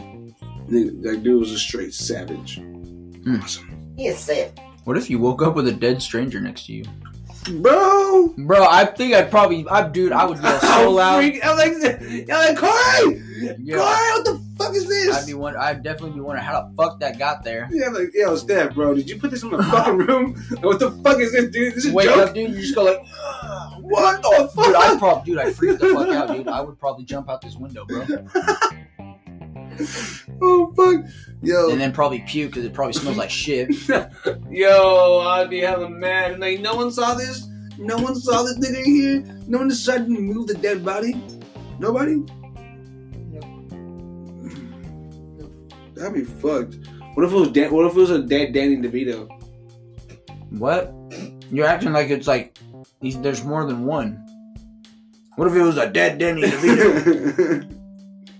S2: Nigga, That dude was a straight savage.
S1: Hmm.
S2: Awesome.
S3: Yes, say it.
S1: What if you woke up with a dead stranger next to you?
S2: Bro!
S1: Bro, I think I'd probably, I dude, I would
S2: *laughs*
S1: yell
S2: Oh
S1: so loud.
S2: Freak. I'm like, *laughs* I'm like Corey! Corey, what the fuck is this? *laughs*
S1: I'd be one. I'd definitely be wondering how the fuck that got there.
S2: yeah, like, yo, Steph, bro, did you put this in the fucking room? *laughs* What the fuck is this, dude? This is a
S1: Wake
S2: joke?
S1: up, dude! You just go like,
S2: *gasps* What the fuck? *laughs*
S1: dude. I probably, dude, I freak the fuck out, dude. I would probably jump out this window, bro,
S2: Oh fuck, yo,
S1: and then probably puke because it probably smells like shit.
S2: yo, I'd be hella mad. And like, no one saw this. No one saw this nigga here. No one decided to move the dead body. Nobody. That'd be fucked. What if it was dead? What if it was a dead Danny DeVito?
S1: What? You're acting like it's like he's, there's more than one. What if it was a dead Danny
S2: *laughs*
S1: DeVito?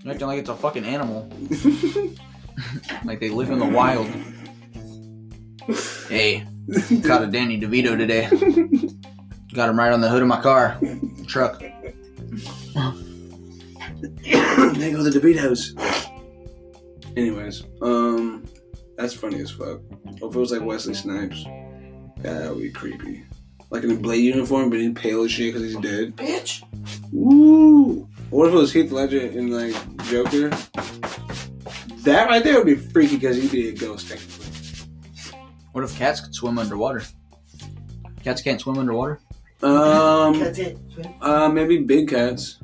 S1: You're acting like it's a fucking animal. *laughs* like they live in the wild. Hey, caught a Danny DeVito today. Got him right on the hood of my car, truck.
S2: there go the DeVitos. Anyways, um, That's funny as fuck. Or if it was like Wesley Snipes, that would be creepy. Like in a Blade uniform, but he's pale as shit because he's dead.
S3: Bitch.
S2: Ooh. What if it was Heath Ledger in like Joker? That right there would be freaky because he'd be a ghost technically.
S1: What if cats could swim underwater? Cats can't swim underwater.
S2: Um,
S3: That's it.
S2: uh, maybe big cats.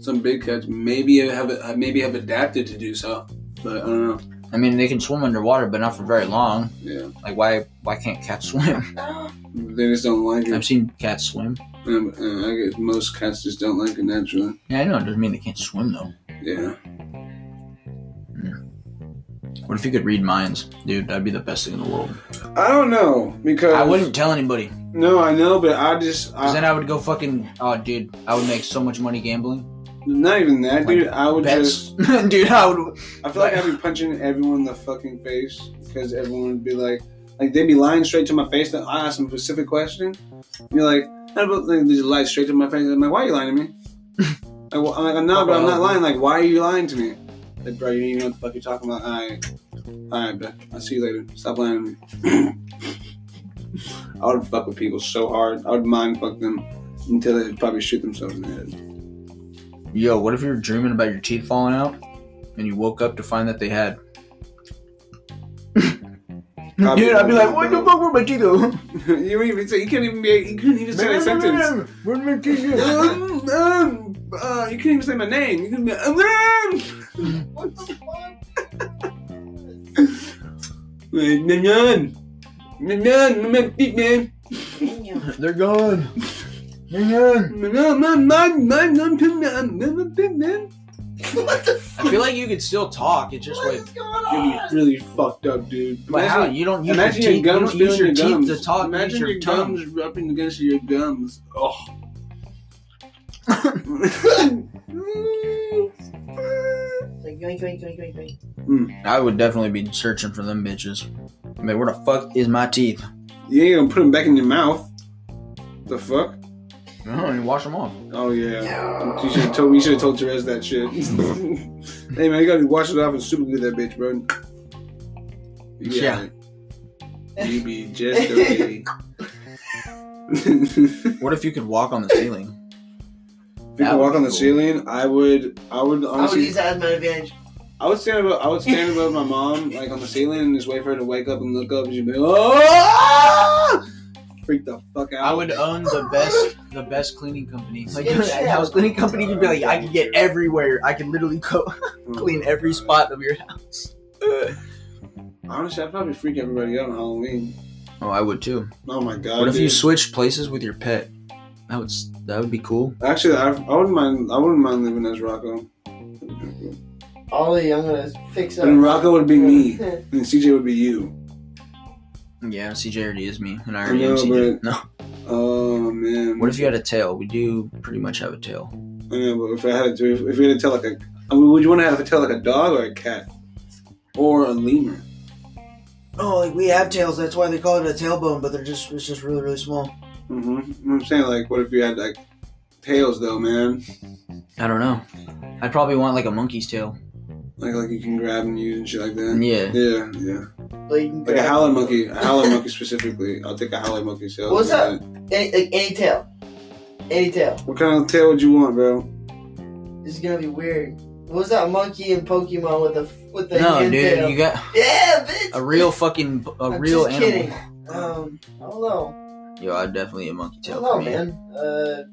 S2: Some big cats maybe have uh, maybe have adapted to do so, but I don't know.
S1: I mean, they can swim underwater, but not for very long.
S2: Yeah,
S1: Like, why? Why can't cats *laughs* swim?
S2: they just don't like
S1: I've
S2: it.
S1: seen cats swim.
S2: Um, uh, I guess most cats just don't like it naturally.
S1: Yeah, I know. It doesn't mean they can't swim though.
S2: Yeah,
S1: What if you could read minds, dude? That'd be the best thing in the world.
S2: I don't know because
S1: I wouldn't tell anybody,
S2: No, I know, but I just
S1: cause
S2: I,
S1: then I would go fucking. Oh, dude, I would make so much money gambling.
S2: not even that,
S1: Like,
S2: dude. I would just.
S1: Bets,
S2: *laughs*
S1: dude. I would.
S2: I feel
S1: *laughs*
S2: like I'd be punching everyone in the fucking face because everyone would be like, like they'd be lying straight to my face. That I asked them a specific question. And you're like, I don't think they just lie straight to my face. I'm like, why are you lying
S1: *laughs*
S2: to me? like, well, I'm like, I'm not, but I'm not lying. Like, why are you lying to me? Like, bro, you don't even know what the fuck you're talking about. All right, all right, bro. I'll see you later. Stop lying to me. *laughs* I would fuck with people so hard. I would mind fuck them until they'd probably shoot themselves in the head.
S1: Yo, what if you were dreaming about your teeth falling out, and you woke up to find that they had? *laughs* dude, I'd be like, what the fuck were my teeth? go?"
S2: *laughs* you don't even say. You can't even be. You couldn't even say a sentence.
S1: Where'd my teeth
S2: *laughs*
S1: go?
S2: um, um, uh, you couldn't even say my name. You couldn't be, um, um.
S3: What the fuck?
S2: Like, "Nom, nom. Nom, nom, nom, nom, feet, man.
S3: Damn.
S1: They're gone. They're gone.
S2: Nom, nom, nom, nom, nom, nom, nom, nom, nom, nom, feet, man."
S3: *laughs* what the fuck?
S1: I feel like you could still talk. It's just
S3: What
S1: like,
S3: is going
S2: You'd
S3: on?
S2: be really fucked up, dude.
S1: but how
S2: Imagine-
S1: you don't use your
S2: Imagine
S1: teeth?
S2: your
S1: You don't
S2: gums
S1: use
S2: feeling
S1: your
S2: your
S1: teeth
S2: gums.
S1: to talk. you
S2: Imagine
S1: use
S2: your,
S1: your,
S2: gums
S1: tongue.
S2: rubbing against your gums. Oh. *laughs*
S3: *laughs* Like yoink, yoink, yoink, yoink, yoink.
S1: I would definitely be searching for them bitches. I mean, where the fuck is my teeth?
S2: you ain't gonna put them back in your mouth. The fuck?
S1: No, and wash them off.
S2: Oh yeah. You should have told you should have told Therese
S1: *laughs*
S2: that shit. hey man, you gotta wash it off and super glue that bitch, bro.
S1: Yeah.
S2: yeah. You be
S1: *laughs*
S2: just okay. if
S1: What if you could walk on the ceiling?
S2: you
S1: That
S2: could walk
S1: would
S2: on
S1: be cool.
S2: the ceiling, I would I would
S3: I would
S2: honestly
S3: use that as my advantage.
S2: I would stand above I would stand above my mom, like on the ceiling and just wait for her to wake up and look up and she'd be like, Oh Freak the fuck out.
S1: I would own the best, the best cleaning company. Like
S3: Yeah.
S1: a house cleaning company, you'd be like, I could get everywhere. I could literally go *laughs* clean every spot of your house.
S2: Honestly, I'd probably freak everybody out on Halloween.
S1: Oh, I would too.
S2: Oh my god.
S1: What if you
S2: dude.
S1: switched places with your pet? That would s- that would be cool.
S2: Actually, I, I wouldn't mind. I wouldn't mind living as Rocco. And
S3: Ollie, I'm gonna fix up.
S2: Rocco would be
S3: *laughs*
S2: me, and CJ would be you.
S1: Yeah, CJ already is me, and I already am
S2: know,
S1: CJ. No.
S2: Oh man.
S1: What if you had a tail? We do pretty much have a tail.
S2: I know, but if I had to, if, if you had to tell like a, I mean, would you want to have a tail like a dog or a cat, or a lemur?
S3: oh, like we have tails. That's why they call it a tailbone, but they're just it's just really really small.
S2: Mm-hmm. I'm saying like, what if you had like tails though, man?
S1: I don't know. I'd probably want like a monkey's tail.
S2: Like like you can grab and use and shit like that.
S1: Yeah.
S2: Yeah, yeah.
S3: Like, you can
S2: Like a
S3: grab-
S2: howler monkey, a howler monkey specifically. I'll take a howler monkey's tail.
S3: What's up? Any, like, any tail, any tail.
S2: What kind of tail would you want, bro?
S3: This is gonna be weird. What was that monkey in Pokemon with the with the
S1: No,
S3: hand
S1: dude,
S3: tail?
S1: you got
S3: yeah, bitch.
S1: a real fucking a
S3: I'm
S1: real
S3: just
S1: animal.
S3: Kidding. Um, I don't know.
S1: Yo, I'd definitely a monkey
S3: I
S1: tail
S3: don't know,
S1: for me.
S3: man. Uh,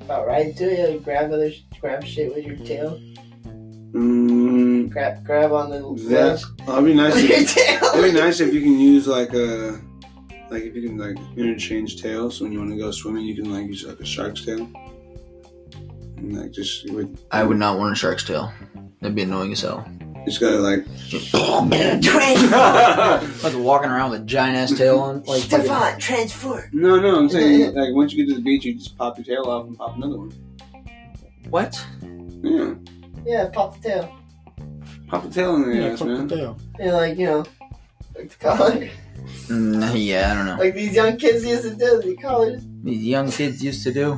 S3: about right to it. Like, grab other, sh- grab shit with your tail.
S2: Mm,
S3: Grab, grab on the
S2: that I'll be nice.
S3: *laughs*
S2: if-
S3: with your tail.
S1: *laughs*
S2: It'd be nice if you can use like a, like if you can like interchange tails. So when you want to go swimming, you can like use like a shark's tail. And like just you would,
S1: I would not want a shark's tail. That'd be annoying as hell.
S2: you just
S1: *laughs*
S2: gotta like.
S3: Transform,
S1: Like walking around with a giant ass tail on. Like, fucking-
S3: Stefan, transform.
S2: no, no,
S1: *laughs*
S2: I'm saying like once you get to the beach, you just pop your tail off and pop another one.
S1: what?
S2: Yeah,
S3: Yeah, pop the tail.
S2: pop a tail in
S4: Yeah,
S2: the ass,
S4: fuck
S2: man.
S4: the tail.
S3: And like you know, like the collar. *laughs*
S1: Mm, *laughs* yeah, I don't know.
S3: like these young kids used to do the collars.
S1: These young kids used to *laughs* do.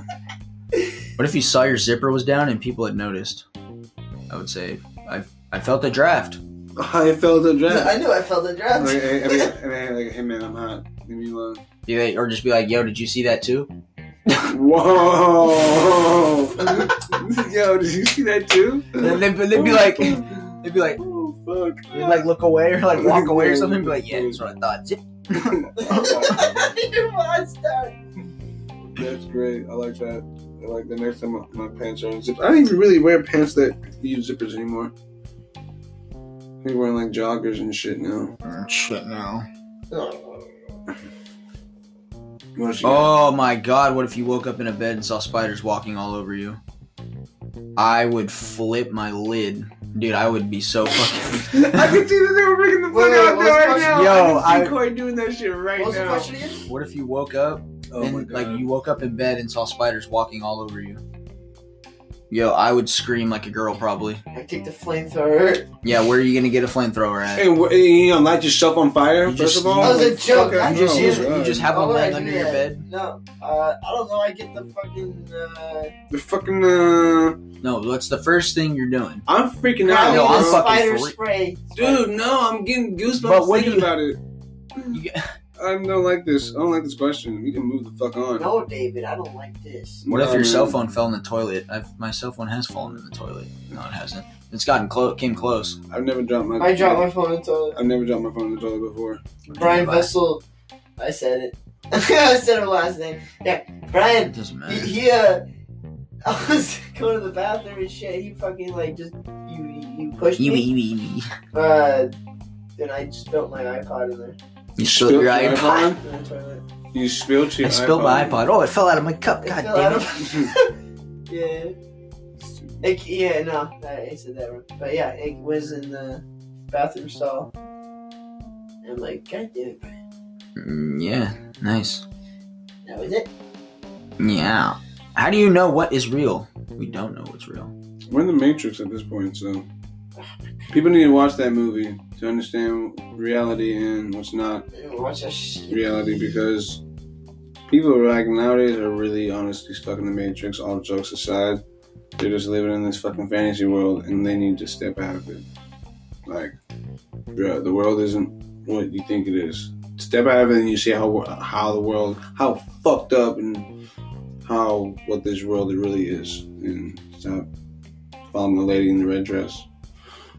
S1: What if you saw your zipper was down and people had noticed? I would say I I felt the draft.
S2: I felt the draft.
S3: I knew I felt the draft. *laughs*
S2: Like, hey, hey, hey, hey, hey, man, I'm hot. Leave me alone.
S1: Be like- Or just be like, yo, did you see that *laughs* too?
S2: Whoa! *laughs* Yo, did you see that too?
S1: And then they'd, they'd be like, they'd be like,
S2: oh fuck!
S1: they'd like look away or like *laughs* walk away or something. Be like, yeah, that's what I thought. Zip.
S2: *coughs*
S3: You watched that.
S2: That's great. I like that. I like the next time my, my pants are unzipped. I don't even really wear pants that use zippers anymore. I'm wearing like joggers and shit now.
S1: Mm, Shit, no.
S3: Oh,
S2: What else you got?
S1: Oh my god, what if you woke up in a bed and saw spiders walking all over you? I would flip my lid. Dude, I would be so fucking.
S2: *laughs* I can see that they were freaking the fuck
S3: Wait, wait,
S2: out
S3: what's
S2: there
S3: the
S2: right
S3: question?
S2: now.
S4: Yo,
S2: I can
S4: I-
S2: see Corey doing that shit right
S3: What was the
S2: now.
S3: question again?
S1: what if you woke up
S2: Oh my
S1: and
S2: god!
S1: like you woke up in bed and saw spiders walking all over you? Yo, I would scream like a girl probably.
S3: I take the flamethrower.
S1: Yeah, where are you gonna get a flamethrower at?
S2: Hey, wh- hey, you gonna light yourself on fire?
S1: You
S2: first
S1: just-
S2: of all,
S1: That was a
S2: Like,
S3: joke.
S2: fuck
S3: I
S2: it.
S3: just
S2: No,
S3: used-
S2: God.
S1: You just have
S3: Why
S1: one
S3: would Oh,
S1: laying
S3: I do
S1: under your
S3: that?
S1: bed.
S3: No, uh, I don't know. I get the fucking. Uh,
S2: the fucking. Uh,
S1: No, that's the first thing you're doing.
S2: I'm freaking
S3: grab
S2: out,
S3: me
S1: no,
S3: the
S1: I'm
S2: bro.
S1: fucking
S3: spider
S1: for it.
S3: spray.
S2: dude. No, I'm getting goosebumps
S1: But what do
S2: thinking
S1: you-
S2: about it.
S3: Hmm.
S1: You get-
S2: I don't like this. I don't like this question. We can move the fuck on.
S3: No, David, I don't like this.
S1: What if your
S2: man.
S1: cell phone fell in the toilet? I've, my cell phone has fallen in the toilet. No, it hasn't. It's gotten close. Came close.
S2: I've never dropped my.
S3: I dropped my phone into the
S2: I've never dropped my phone in the toilet before.
S3: Brian Vessel. I said it. *laughs* I said her last name. Yeah, Brian.
S1: It doesn't
S3: He,
S1: matter.
S3: he uh, *laughs* I was going to the bathroom and shit. He fucking like just you you- you pushed
S1: You,
S3: me.
S1: you, you, you.
S3: Uh, then I spilled my iPod in there.
S1: You spilled your
S2: your
S1: iPod.
S2: iPod?
S3: In the toilet.
S2: You spilled your
S1: I spilled my iPod. Oh, it fell out of my cup.
S3: It
S1: God
S3: fell out
S1: damn it.
S3: of- *laughs* yeah. It, yeah, no, I, I said that wrong. But yeah, it was in the bathroom stall. And I'm like, God damn it, Brian.
S1: Mm, yeah, nice.
S3: That was it.
S1: Yeah. How do you know what is real? We don't know what's real.
S2: We're in the Matrix at this point, so people need to watch that movie to understand reality and what's not
S3: I didn't watch that shit.
S2: reality because people are like nowadays are really honestly stuck in the Matrix. All jokes aside, they're just living in this fucking fantasy world, and they need to step out of it. Like, bro, the world isn't what you think it is. Step out of it, and you see how how the world how fucked up and how what this world it really is, and stop following the lady in the red dress.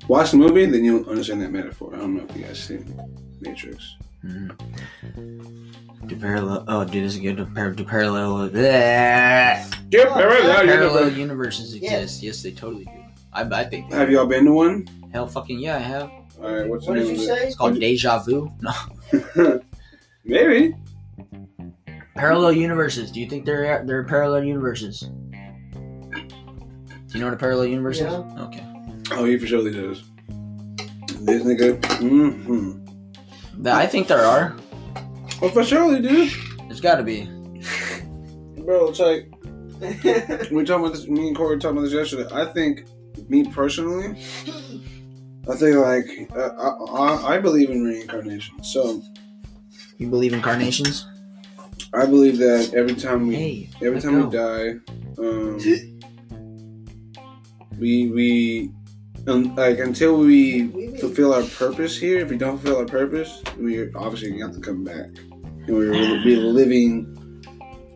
S2: Watch the movie, then you'll understand that metaphor. I don't know if you guys seen Matrix.
S1: Mm. Do parallel. Oh, dude, this is good. Do, par- do parallel. bleh.
S2: Yep,
S3: all right,
S1: Parallel universes
S3: Yeah.
S1: exist. Yes, they totally do. I, I think. They
S2: Have y'all been to one?
S1: Hell, fucking yeah, I have.
S2: All right, what's the
S3: What did
S2: name
S3: you
S2: of
S3: say?
S1: It's called deja vu. *laughs* No.
S2: it? *laughs* Maybe.
S1: Parallel universes. Do you think there are, there are parallel universes? Do you know what a parallel universe is?
S3: Yeah. *laughs*
S1: Okay.
S2: Oh, he for surely does. This nigga. Mm-hmm.
S1: Th- I think there are.
S2: Oh, for surely, dude.
S1: There's got to be.
S2: Bro, it's like we talking about this. Me and Corey were talking about this yesterday. I think, me personally, I think like uh, I, I, I believe in reincarnation. So
S1: You believe incarnations?
S2: I believe that every time we
S1: Hey.
S2: every
S1: let
S2: time
S1: go.
S2: we die, um, we we um, like until we fulfill our purpose here. If we don't fulfill our purpose, we obviously gonna have to come back, and we will be living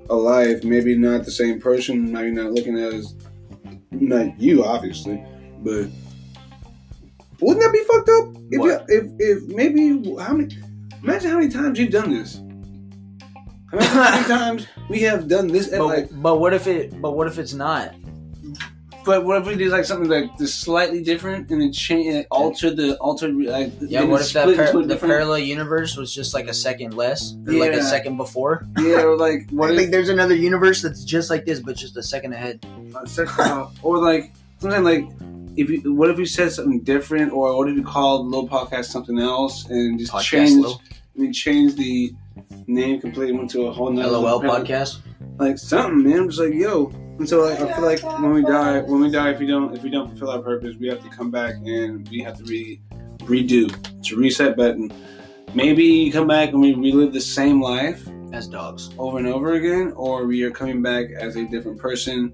S2: a life. Maybe not the same person. Maybe not looking as not you, obviously, but wouldn't that be fucked up? If
S1: What?
S2: you, if if maybe how many? Imagine how many times you've done this. Imagine how *laughs* many times we have done this. And
S1: But,
S2: like,
S1: but what if it? But what if it's not?
S2: but what if we did like something like just slightly different and then change, like, alter the alter like
S1: Yeah.
S2: and
S1: What if that
S2: split
S1: par-
S2: into a
S1: the
S2: different-
S1: parallel universe was just like a second less, or like a
S2: Yeah.
S1: second before?
S2: Yeah, or
S1: *laughs*
S2: like what if
S1: there's another universe that's just like this, but just a second ahead.
S2: uh, sex- uh, or like something like if you what if you said something different, or what if you called Low Podcast something else and just
S1: Podcast
S2: change
S1: low.
S2: I mean change the name completely went to a whole nother
S1: LOL
S2: different-
S1: podcast.
S2: like something, man. I'm just like yo, and so like I feel like when we die, when we die, if we don't if we don't fulfill our purpose, we have to come back and we have to re redo. It's a reset button. Maybe you come back and we relive the same life,
S1: As dogs.
S2: over and over again, or we are coming back as a different person,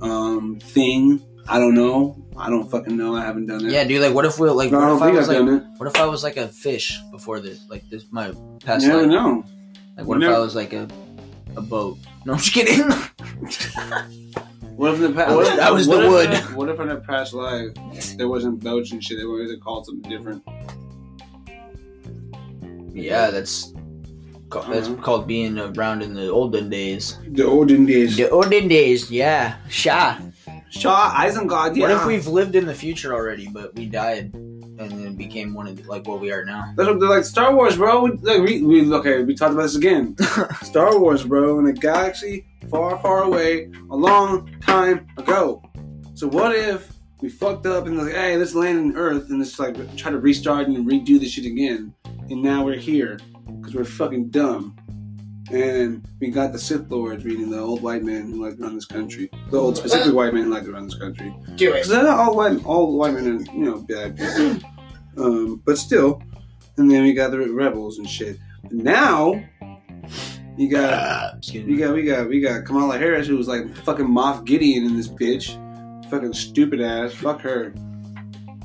S2: um, thing. I don't know. I don't fucking know. I haven't done it.
S1: Yeah, dude. Like, what if we like?
S2: No, I
S1: What
S2: don't
S1: if I
S2: think I've
S1: was like?
S2: done it.
S1: What if I was like a fish before this? Like this, my past
S2: You never
S1: life.
S2: know.
S1: Like, what
S2: You
S1: if I
S2: never-
S1: was like a a boat? *laughs* No, I'm just kidding.
S2: What if in the past?
S1: That was- that was the
S2: If, in a- what if in a past life there wasn't boats and shit? They would have called something different.
S1: yeah, that's ca- that's
S2: Uh-huh.
S1: called being around in the olden days.
S2: The olden days.
S1: The olden days, yeah, sha.
S2: Shaw Isengard. Yeah.
S1: What if we've lived in the future already, but we died and then became one of the, like what we are now?
S2: That's what they're like Star Wars, bro. We, like we, we okay. We talked about this again. Star Wars, bro, in a galaxy far, far away, a long time ago. So what if we fucked up and like, hey, let's land in Earth and just like try to restart and redo this shit again, and now we're here because we're fucking dumb. And we got the Sith Lords, meaning the old white men who like run this country. The old specific white men who like to run this country.
S3: Do it.
S2: Because not all white, all white men are, you know, bad people.
S1: *clears throat*
S2: Um, but still, and then we got the rebels and shit. But now, you got,
S1: Ah, excuse
S2: we
S1: me.
S2: got, we got, we got Kamala Harris, who was like fucking Moff Gideon in this bitch. Fucking stupid ass. Fuck her.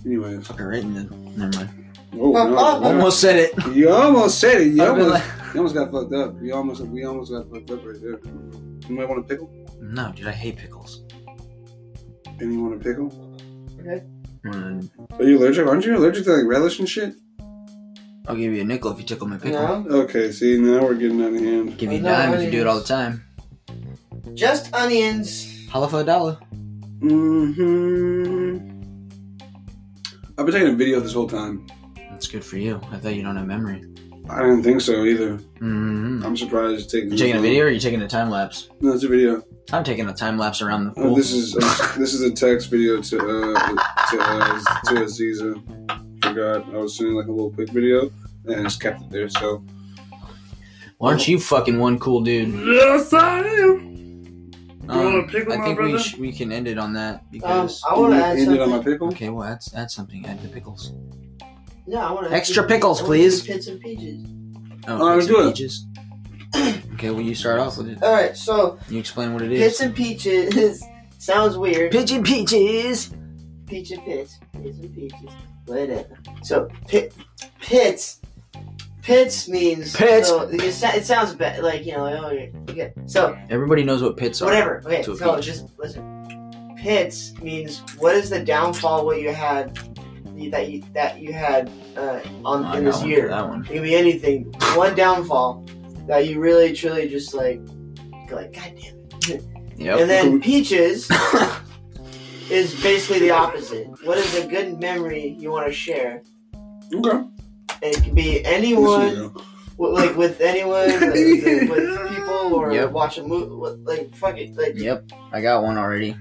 S2: Anyway.
S1: Fucking written then. Never mind.
S2: Oh, no.
S1: Almost said it.
S2: You almost said it. You
S1: I've been
S2: almost,
S1: like-
S2: you almost got fucked up. You almost, we almost got fucked up right there. You might want a pickle.
S1: No, dude, I hate pickles.
S2: And you want a pickle?
S1: Mm,
S2: Are you allergic? Aren't you allergic to like relish and shit?
S1: I'll give you a nickel if you tickle my pickle.
S3: No,
S2: Okay, see now we're getting out of hand.
S1: Give you a
S3: No,
S1: dime if you
S3: it
S1: do it all the
S3: is.
S1: time.
S3: just onions.
S1: Holla for a dollar.
S2: hmm I've been taking a video this whole time.
S1: That's good for you. I thought you don't have memory.
S2: I didn't think so either.
S1: Mm-hmm.
S2: I'm surprised it's taking.
S1: You
S2: this
S1: taking a
S2: long.
S1: video or are you taking a time lapse?
S2: No, it's a video.
S1: I'm taking a time lapse around the pool.
S2: Oh, this is this is a text video to uh, to uh, to Aziza. Forgot I was sending like a little quick video and I just kept it there. So
S1: Why aren't you fucking one cool dude?
S2: yes, I am. wanna
S1: Um,
S2: pickle
S1: I
S2: my
S1: think we
S2: brother?
S1: sh- we can end it on that
S3: Um,
S1: because.
S3: I want to add
S2: Ended on my
S3: something.
S2: pickle.
S1: okay, well, add, add something. Add the pickles.
S3: No, I want to
S1: Extra pickles, please.
S3: Pits and peaches.
S1: Oh,
S2: Uh,
S1: pits
S2: do
S1: and
S2: it.
S1: peaches. okay, well, you start off with it.
S3: All right, so
S1: You explain what it
S3: Pits
S1: is.
S3: and peaches *laughs* sounds weird.
S1: Pits and peaches.
S3: Peach and pits, pits and peaches, whatever. So pit, pits, pits means
S1: Pits.
S3: So, it, sa- it sounds bad, like you know, like, oh, you're, you get- So
S1: Everybody knows what pits are.
S3: whatever. Okay,
S1: to a
S3: so
S1: peach.
S3: just listen. Pits means what is the downfall? What you had that you that you had uh,
S1: Oh,
S3: on
S1: I
S3: in
S1: got
S3: this
S1: one for
S3: year.
S1: That one.
S3: It could be anything. One downfall that you really truly just like, go like God damn.
S1: Yep.
S3: And then
S2: *laughs*
S3: peaches is basically the opposite. What is a good memory you want to share?
S2: Okay.
S3: And it can be anyone, w- like with
S2: *laughs*
S3: anyone, like, with, with people, or
S1: Yep.
S3: watch a movie. Like fuck it, like
S1: Yep, I got one already.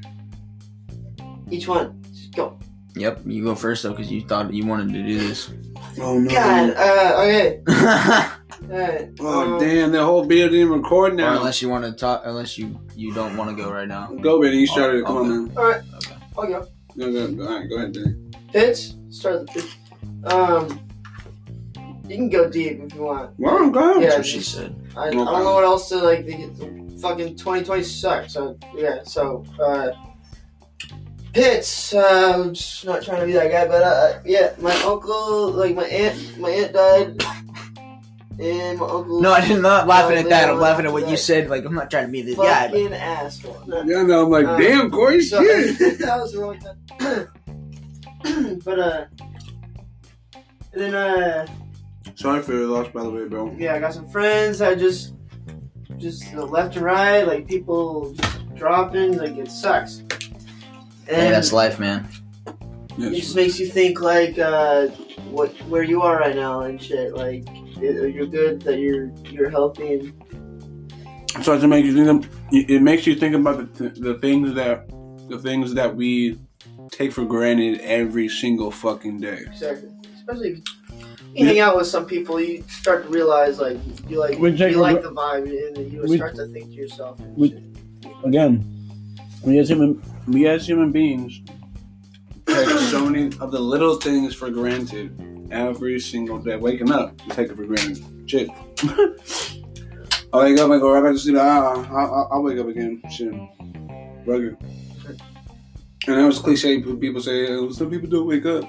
S3: each one. Just Go.
S1: Yep, you go first though, because you thought you wanted to do this.
S2: Oh no.
S3: God. Uh, okay.
S1: or
S3: Alright.
S2: Oh
S3: um,
S2: damn! That whole video didn't record now.
S1: unless you want to talk, unless you you don't want to go right now.
S2: Go, baby. You started. it. Come on,
S1: Okay.
S2: man.
S3: I'll go.
S2: No, go, go. All right, go ahead, Danny.
S3: Pits. Start the pits. Um. You can go deep if you want.
S2: Well, go ahead.
S3: Yeah,
S1: That's what she
S3: just-
S1: said.
S3: I, I don't know what else to like. The, the fucking 2020 sucks. So yeah. So uh, Pitts. Uh, I'm just not trying to be that guy, but uh, yeah, my uncle, like my aunt, my aunt died, and my uncle.
S1: No, I did not laughing at that. I'm
S3: Well,
S1: laughing at what you
S3: like-
S1: said. Like I'm not trying to be this guy. but-
S3: Fucking asshole. No,
S2: Yeah, no, I'm like,
S3: Uh,
S2: damn, Corey,
S3: *laughs* so-
S2: shit.
S3: *laughs* that was a wrong time. *clears throat* but uh, and then uh,
S2: Sorry for your loss, by the way, bro.
S3: yeah, I got some friends. I just, just uh, left and right, like people just dropping. Like it sucks. And
S1: Hey, that's life, man.
S3: It just makes you think like uh, what where you are right now and shit. Like it- you're good that you're you're healthy and
S2: It starts to make you think. Of, it it makes you think about the, th- the things that the things that we take for granted every single fucking day.
S3: exactly. Especially if you hang out with some people, you start to realize like you like
S4: We take
S3: you
S4: a-
S3: like the vibe and then you
S4: we-
S3: start to think to yourself. and
S4: we-
S3: shit.
S4: Again,
S2: We as human, we as human beings take so many of the little things for granted every single day. Waking up, we take it for granted. Shit. *laughs* I wake up, I ah, go right back to sleep. Ah, I, I, I'll wake up again. Shit. Rugged. And I know it's cliche, but people say, oh, some people don't wake up.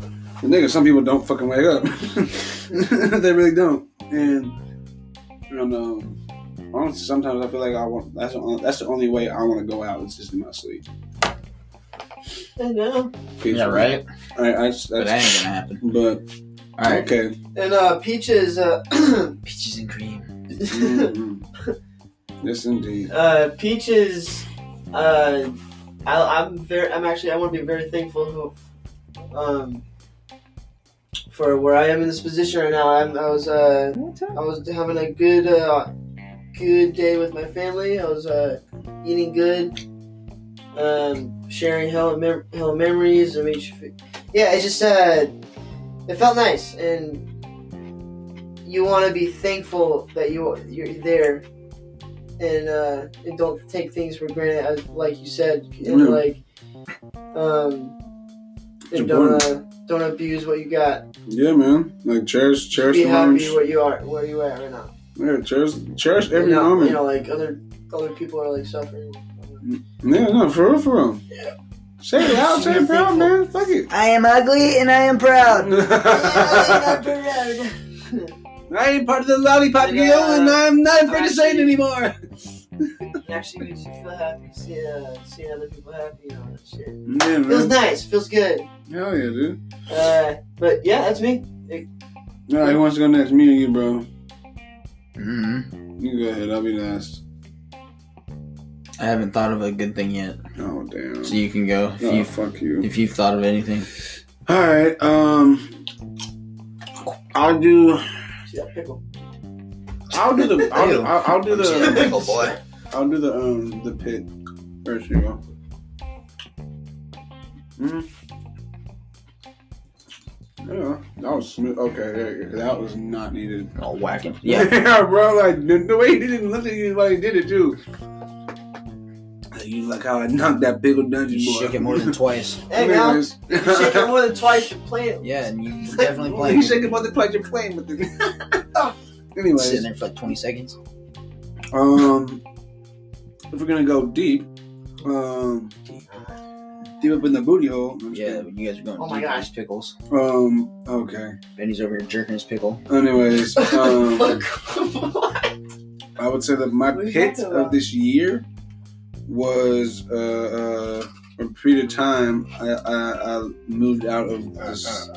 S2: And nigga, some people don't fucking wake up. *laughs* they really don't. And, I don't know. Honestly, sometimes I feel like I want, that's the, only, that's the only way I want to go out is just in my sleep.
S3: I know.
S1: Yeah, right?
S2: I, I, that's,
S1: But that ain't gonna happen.
S2: but
S1: Alright.
S2: okay.
S3: And uh, peaches. Uh, *clears throat*
S1: Peaches and cream.
S2: Mhm. yes, indeed.
S3: uh, peaches. Uh, I, I'm very. I'm actually. I want to be very thankful who, um, for where I am in this position right now. I'm, I was. Uh, I was having a good. Uh, good day with my family. I was uh, eating good. Um, sharing hell, mem- hell memories of each. Yeah, it just uh, it felt nice, and you want to be thankful that you you're there and uh, and don't take things for granted, as, like you said, and
S2: Yeah.
S3: like um,
S2: It's
S3: and don't uh, don't abuse what you got.
S2: Yeah, man. Like cherish, cherish
S3: Be
S2: the
S3: happy
S2: moments.
S3: where you are, where you at right now.
S2: Yeah, cherish, cherish every
S3: you know,
S2: moment.
S3: you know, like other other people are like suffering.
S2: Yeah, no, for real, for real. Yeah. Say it out, say it proud, man. Fuck it.
S3: I am ugly and I am proud.
S2: *laughs* I ain't part of the lollipop
S3: Yeah.
S2: deal, and I'm not afraid to say it
S3: Actually-
S2: anymore.
S3: actually makes you feel happy seeing, uh, seeing other people happy and all that shit.
S2: Yeah,
S3: Feels
S2: man.
S3: nice, feels good.
S2: Hell yeah, dude.
S3: Uh, but yeah, that's me.
S2: No, he wants to go next. Me and you, bro.
S1: Mm-hmm.
S2: You go ahead. I'll be last.
S1: I haven't thought of a good thing yet.
S2: Oh damn.
S1: So you can go if
S2: Oh,
S1: you
S2: fuck you.
S1: if you've thought of anything.
S2: All right. Um, I'll do.
S3: See that pickle.
S2: I'll do
S3: *laughs*
S2: the. I'll, do- I'll, I'll do the.
S1: pickle boy.
S2: I'll do the. Um, the pit. First, you go. Mm. Yeah, that was smooth. Okay, yeah, yeah, that was not needed.
S1: I'll whack him.
S2: *laughs*
S1: Yeah.
S2: bro. Like the, the way he didn't look at you, like he did it too. Like, You like how I knocked that big old dungeon
S1: You
S2: boy.
S1: shook it more
S2: *laughs*
S1: than twice.
S3: Hey, now, you
S2: Anyways.
S3: shake it more than twice, you're
S2: *laughs*
S3: playing.
S1: Yeah, and you definitely
S2: Well,
S1: playing.
S2: You shake it more than twice. You're playing with it. *laughs* Oh.
S1: Sitting
S2: Anyways,
S1: there for like 20 seconds.
S2: um, if we're gonna go deep, um, deep up in the booty hole. I'm just
S1: Yeah, you guys are going
S3: Oh my
S1: deep on
S3: gosh.
S1: these pickles.
S2: kidding. Um. Okay.
S1: Benny's over here jerking his pickle.
S2: Anyways, um,
S3: *laughs* Fuck.
S2: I would say that my
S3: What are you
S2: pit
S3: talking about?
S2: of this year was uh, uh, a period of time I, I, I moved out of this,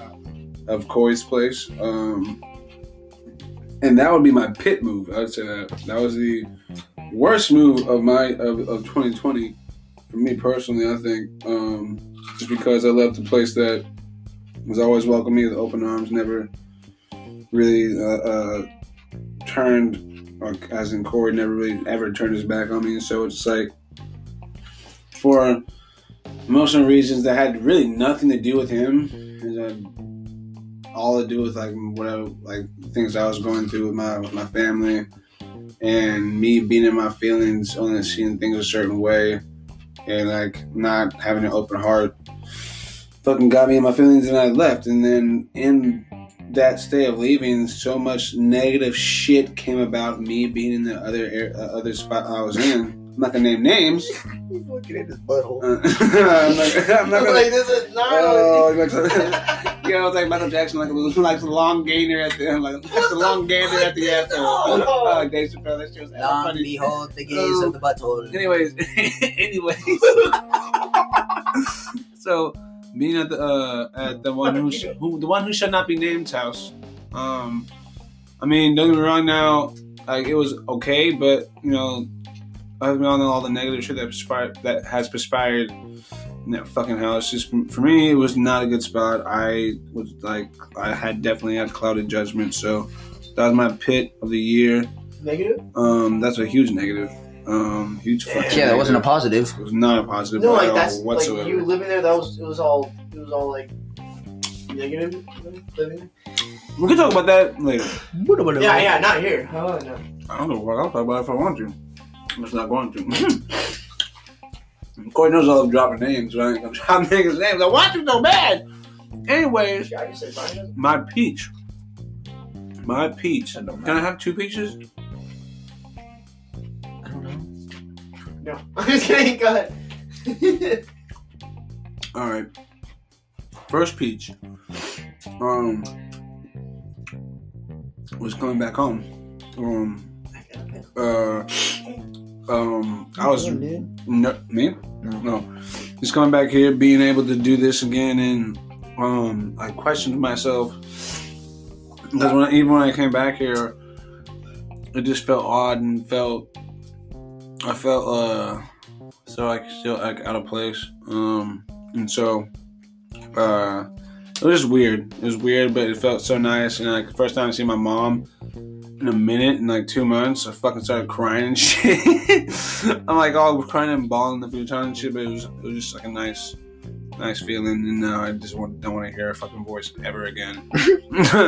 S2: of Corey's place, um, and that would be my pit move. I would say that that was the worst move of my of, of 2020 for me personally. I think um, just because I left a place that was always welcoming with open arms, never really uh, uh, turned or as in Corey never really ever turned his back on me. And so it's like, for emotional reasons that had really nothing to do with him, and then all to do with like whatever, like things I was going through with my with my family, and me being in my feelings, only seeing things a certain way, and like not having an open heart. Fucking got me in my feelings, and I left. And then in that stay of leaving, so much negative shit came about me being in the other air, uh, other spot I was in. I'm not gonna name names.
S1: *laughs* He's looking at his butthole.
S2: Uh, *laughs* I'm not,
S1: *laughs*
S2: I'm not gonna.
S3: like, this is not.
S2: Oh, like, you know, it's like Michael Jackson, like *laughs* a little, like the long gainer at the end, like the long gainer at the end.
S3: No.
S2: Oh, like Dave Chappelle, that shit was hella
S1: Long
S2: funny.
S1: behold the gaze of the butthole.
S2: Anyways, *laughs* anyways. so, me and the uh, at the one who, sh- who the one who should not be named house. Um, I mean, don't get me wrong. Now, like it was okay, but you know, as we all know, all the negative shit that perspired, that has perspired in that fucking house. Just for me, it was not a good spot. I was like, I had definitely had clouded judgment. So, that was my pit of the year.
S3: Negative?
S2: Um, that's a huge negative. Um, huge fucking.
S1: Yeah, that wasn't a positive.
S2: negative. It was not a positive.
S3: No,
S2: at
S3: like
S2: all
S3: that's
S2: whatsoever.
S3: like you living there. That was it was all it was all like negative you know, living.
S2: We can talk about that later.
S3: There. Yeah, yeah, not here. Oh no.
S2: I don't know what I'll talk about if I want to. I'm just not going to. *laughs* Corey knows I love dropping names, right? *laughs* I'm dropping niggas' names. I want to so bad. Anyways,
S3: Should I just say fine?
S2: my peach. My peach.
S1: I don't
S2: Can I have two peaches?
S1: I don't know.
S3: *laughs* No, I'm just kidding. Go ahead.
S2: All right. First peach. Um, was coming back home. Um, uh, um, I was
S4: dude.
S2: no, me?
S1: No.
S2: No. Just coming back here, being able to do this again, and um, I questioned myself. Because when even when I came back here, it just felt odd and felt I felt uh so like still like out of place. Um, and so uh, it was just weird. It was weird, but it felt so nice. And like the first time I see my mom in a minute, in like two months, I fucking started crying and *laughs* shit. I'm like all crying and bawling a few times and shit, but it was it was just like a nice, nice feeling. And now I just want, don't want to hear her fucking voice ever again. *laughs*
S3: Fuck,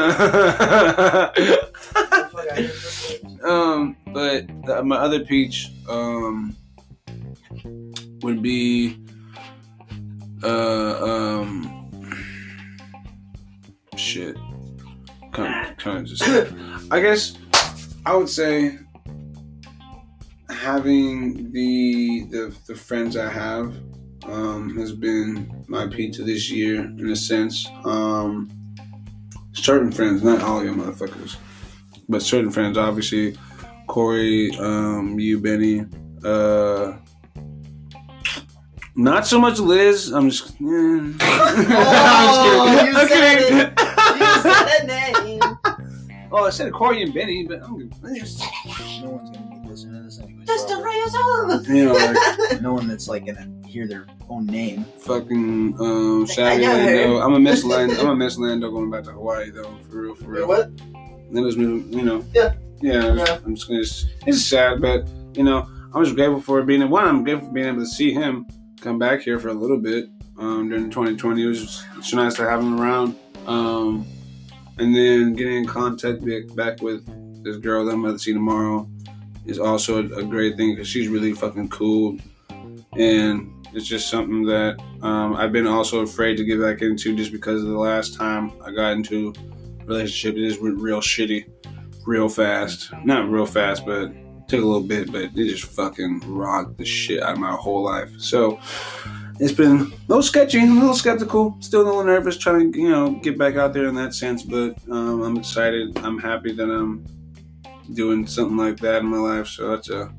S3: I hate this place.
S2: um, but uh, my other peach um would be uh um shit. Kind kind of just I guess I would say having the the, the friends I have um, has been my pizza this year in a sense. Um, certain friends, not all your motherfuckers, but certain friends, obviously. Corey, um, you, Benny, uh, not so much Liz. I'm just. eh. *laughs* I'm just
S3: Oh, you said
S2: kidding. I'm kidding.
S3: You said that name.
S2: Oh, I said Corey and Benny, but I'm *laughs* gonna.
S1: No one's gonna be listening to this anyway.
S3: That's the Rayos
S2: You know, like,
S1: No one that's like gonna hear their own name.
S2: fucking um, Savvy
S3: I got her.
S2: Lando. I'm a *laughs* miss Lando. I'm a miss Lando going back to Hawaii though, for real, for real.
S3: Wait, what?
S2: Lando's moving, you know.
S3: Yeah.
S2: Yeah.
S3: Yeah.
S2: I'm just gonna. It's sad, but you know, I'm just grateful for being one. I'm grateful for being able to see him come back here for a little bit um, during 2020. It was just, it's just nice to have him around. Um, and then getting in contact back, back with this girl that I'm about to see tomorrow is also a, a great thing because she's really fucking cool, and it's just something that um, I've been also afraid to get back into just because of the last time I got into a relationship. It just went real shitty, real fast. Not real fast, but took a little bit. But it just fucking rocked the shit out of my whole life. So. It's been a little sketchy, a little skeptical, still a little nervous, trying to you know get back out there in that sense. But um, I'm excited. I'm happy that I'm doing something like that in my life. So that's a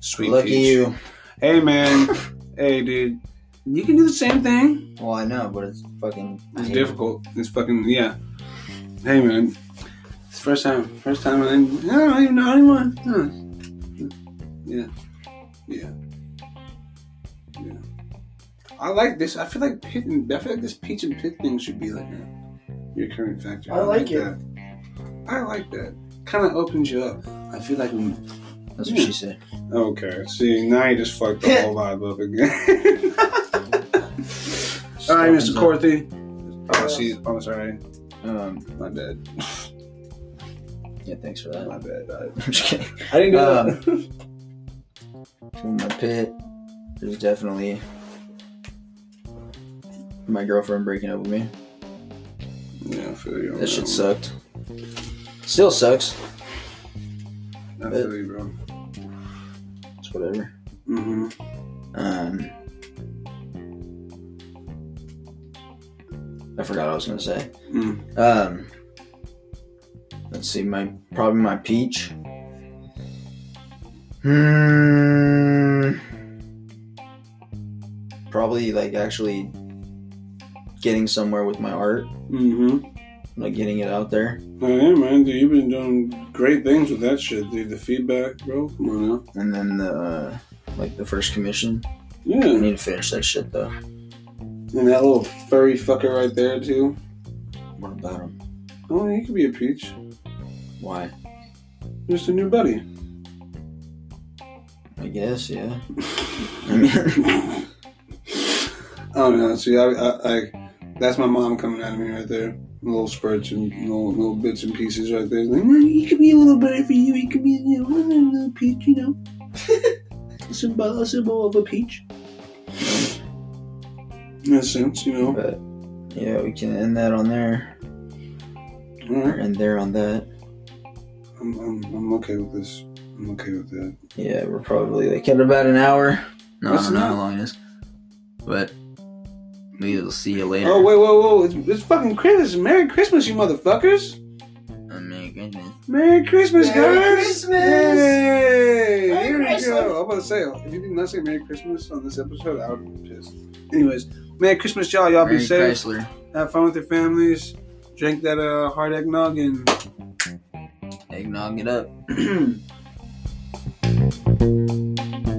S2: sweet.
S1: Lucky
S2: peach.
S1: you.
S2: Hey man, hey dude, you can do the same thing.
S1: Well, I know, but it's fucking.
S2: It's difficult. It's fucking yeah. Hey man, it's first time, first time, and I don't even know anyone. Huh. Yeah, yeah, yeah. I like this. I feel like pit and, I feel like this peach and pit thing should be like a, your current factor.
S3: I like it.
S2: That. I like that. Kind of opens you up. I feel like. mm. we
S1: That's what she said.
S2: Okay. See, now you just fucked *laughs* the whole vibe up again. *laughs* All right, Mr. Uh, Corthy. Oh, she's. I'm sorry.
S1: Um,
S2: My bad.
S1: yeah, thanks for that. *laughs*
S2: My bad. I, Um,
S1: I'm just kidding.
S2: I didn't
S1: Uh,
S2: know. that. *laughs*
S1: In my pit, there's definitely my girlfriend breaking up with me.
S2: yeah, I feel you. on
S1: That shit
S2: one.
S1: sucked. Still sucks.
S2: I feel you, bro.
S1: It's whatever.
S2: Mm-hmm.
S1: Um, I forgot what I was gonna say.
S2: Mm.
S1: Um, let's see, my probably my peach. Hmm. Probably like actually getting somewhere with my art,
S2: Mm-hmm.
S1: like getting it out there,
S2: Oh, yeah, man, dude, you've been doing great things with that shit, dude. The feedback, bro. Come on now.
S1: and then the uh, like the first commission. I
S2: Yeah.
S1: need to finish that shit though.
S2: And that little furry fucker right there, too.
S1: What about him?
S2: Oh, he could be a peach.
S1: Why?
S2: Just a new buddy.
S1: I guess yeah. I mean.
S2: I don't know. See, I, I, I, that's my mom coming at me right there. Little spurts and little, little bits and pieces right there. Like, "Well, it could be a little better for you. It could be you know, a little peach, you know. *laughs* it's a ball, it's a ball of a peach. In a sense, you know.
S1: But yeah, we can end that on there
S2: All
S1: or
S2: right.
S1: end there on that.
S2: I'm, I'm, I'm okay with this. I'm okay with that.
S1: Yeah, we're probably like at about an hour. No,
S2: That's
S1: I don't know how
S2: not-
S1: long it is, but We'll see you later.
S2: Oh wait, whoa, whoa! It's, it's fucking Christmas. Merry Christmas, you motherfuckers!
S1: Uh, Merry Christmas.
S2: Merry Christmas,
S3: Merry
S2: guys!
S3: Christmas!
S2: Yay!
S3: Merry
S2: Here
S3: Christmas!
S2: we go. I'm about to say, if you did not say Merry Christmas on this episode, I would be pissed. Anyways, Merry Christmas, y'all. Y'all
S1: Merry
S2: be safe.
S1: Chrysler.
S2: Have fun with your families. Drink that uh, hard eggnog and.
S1: Eggnog it up.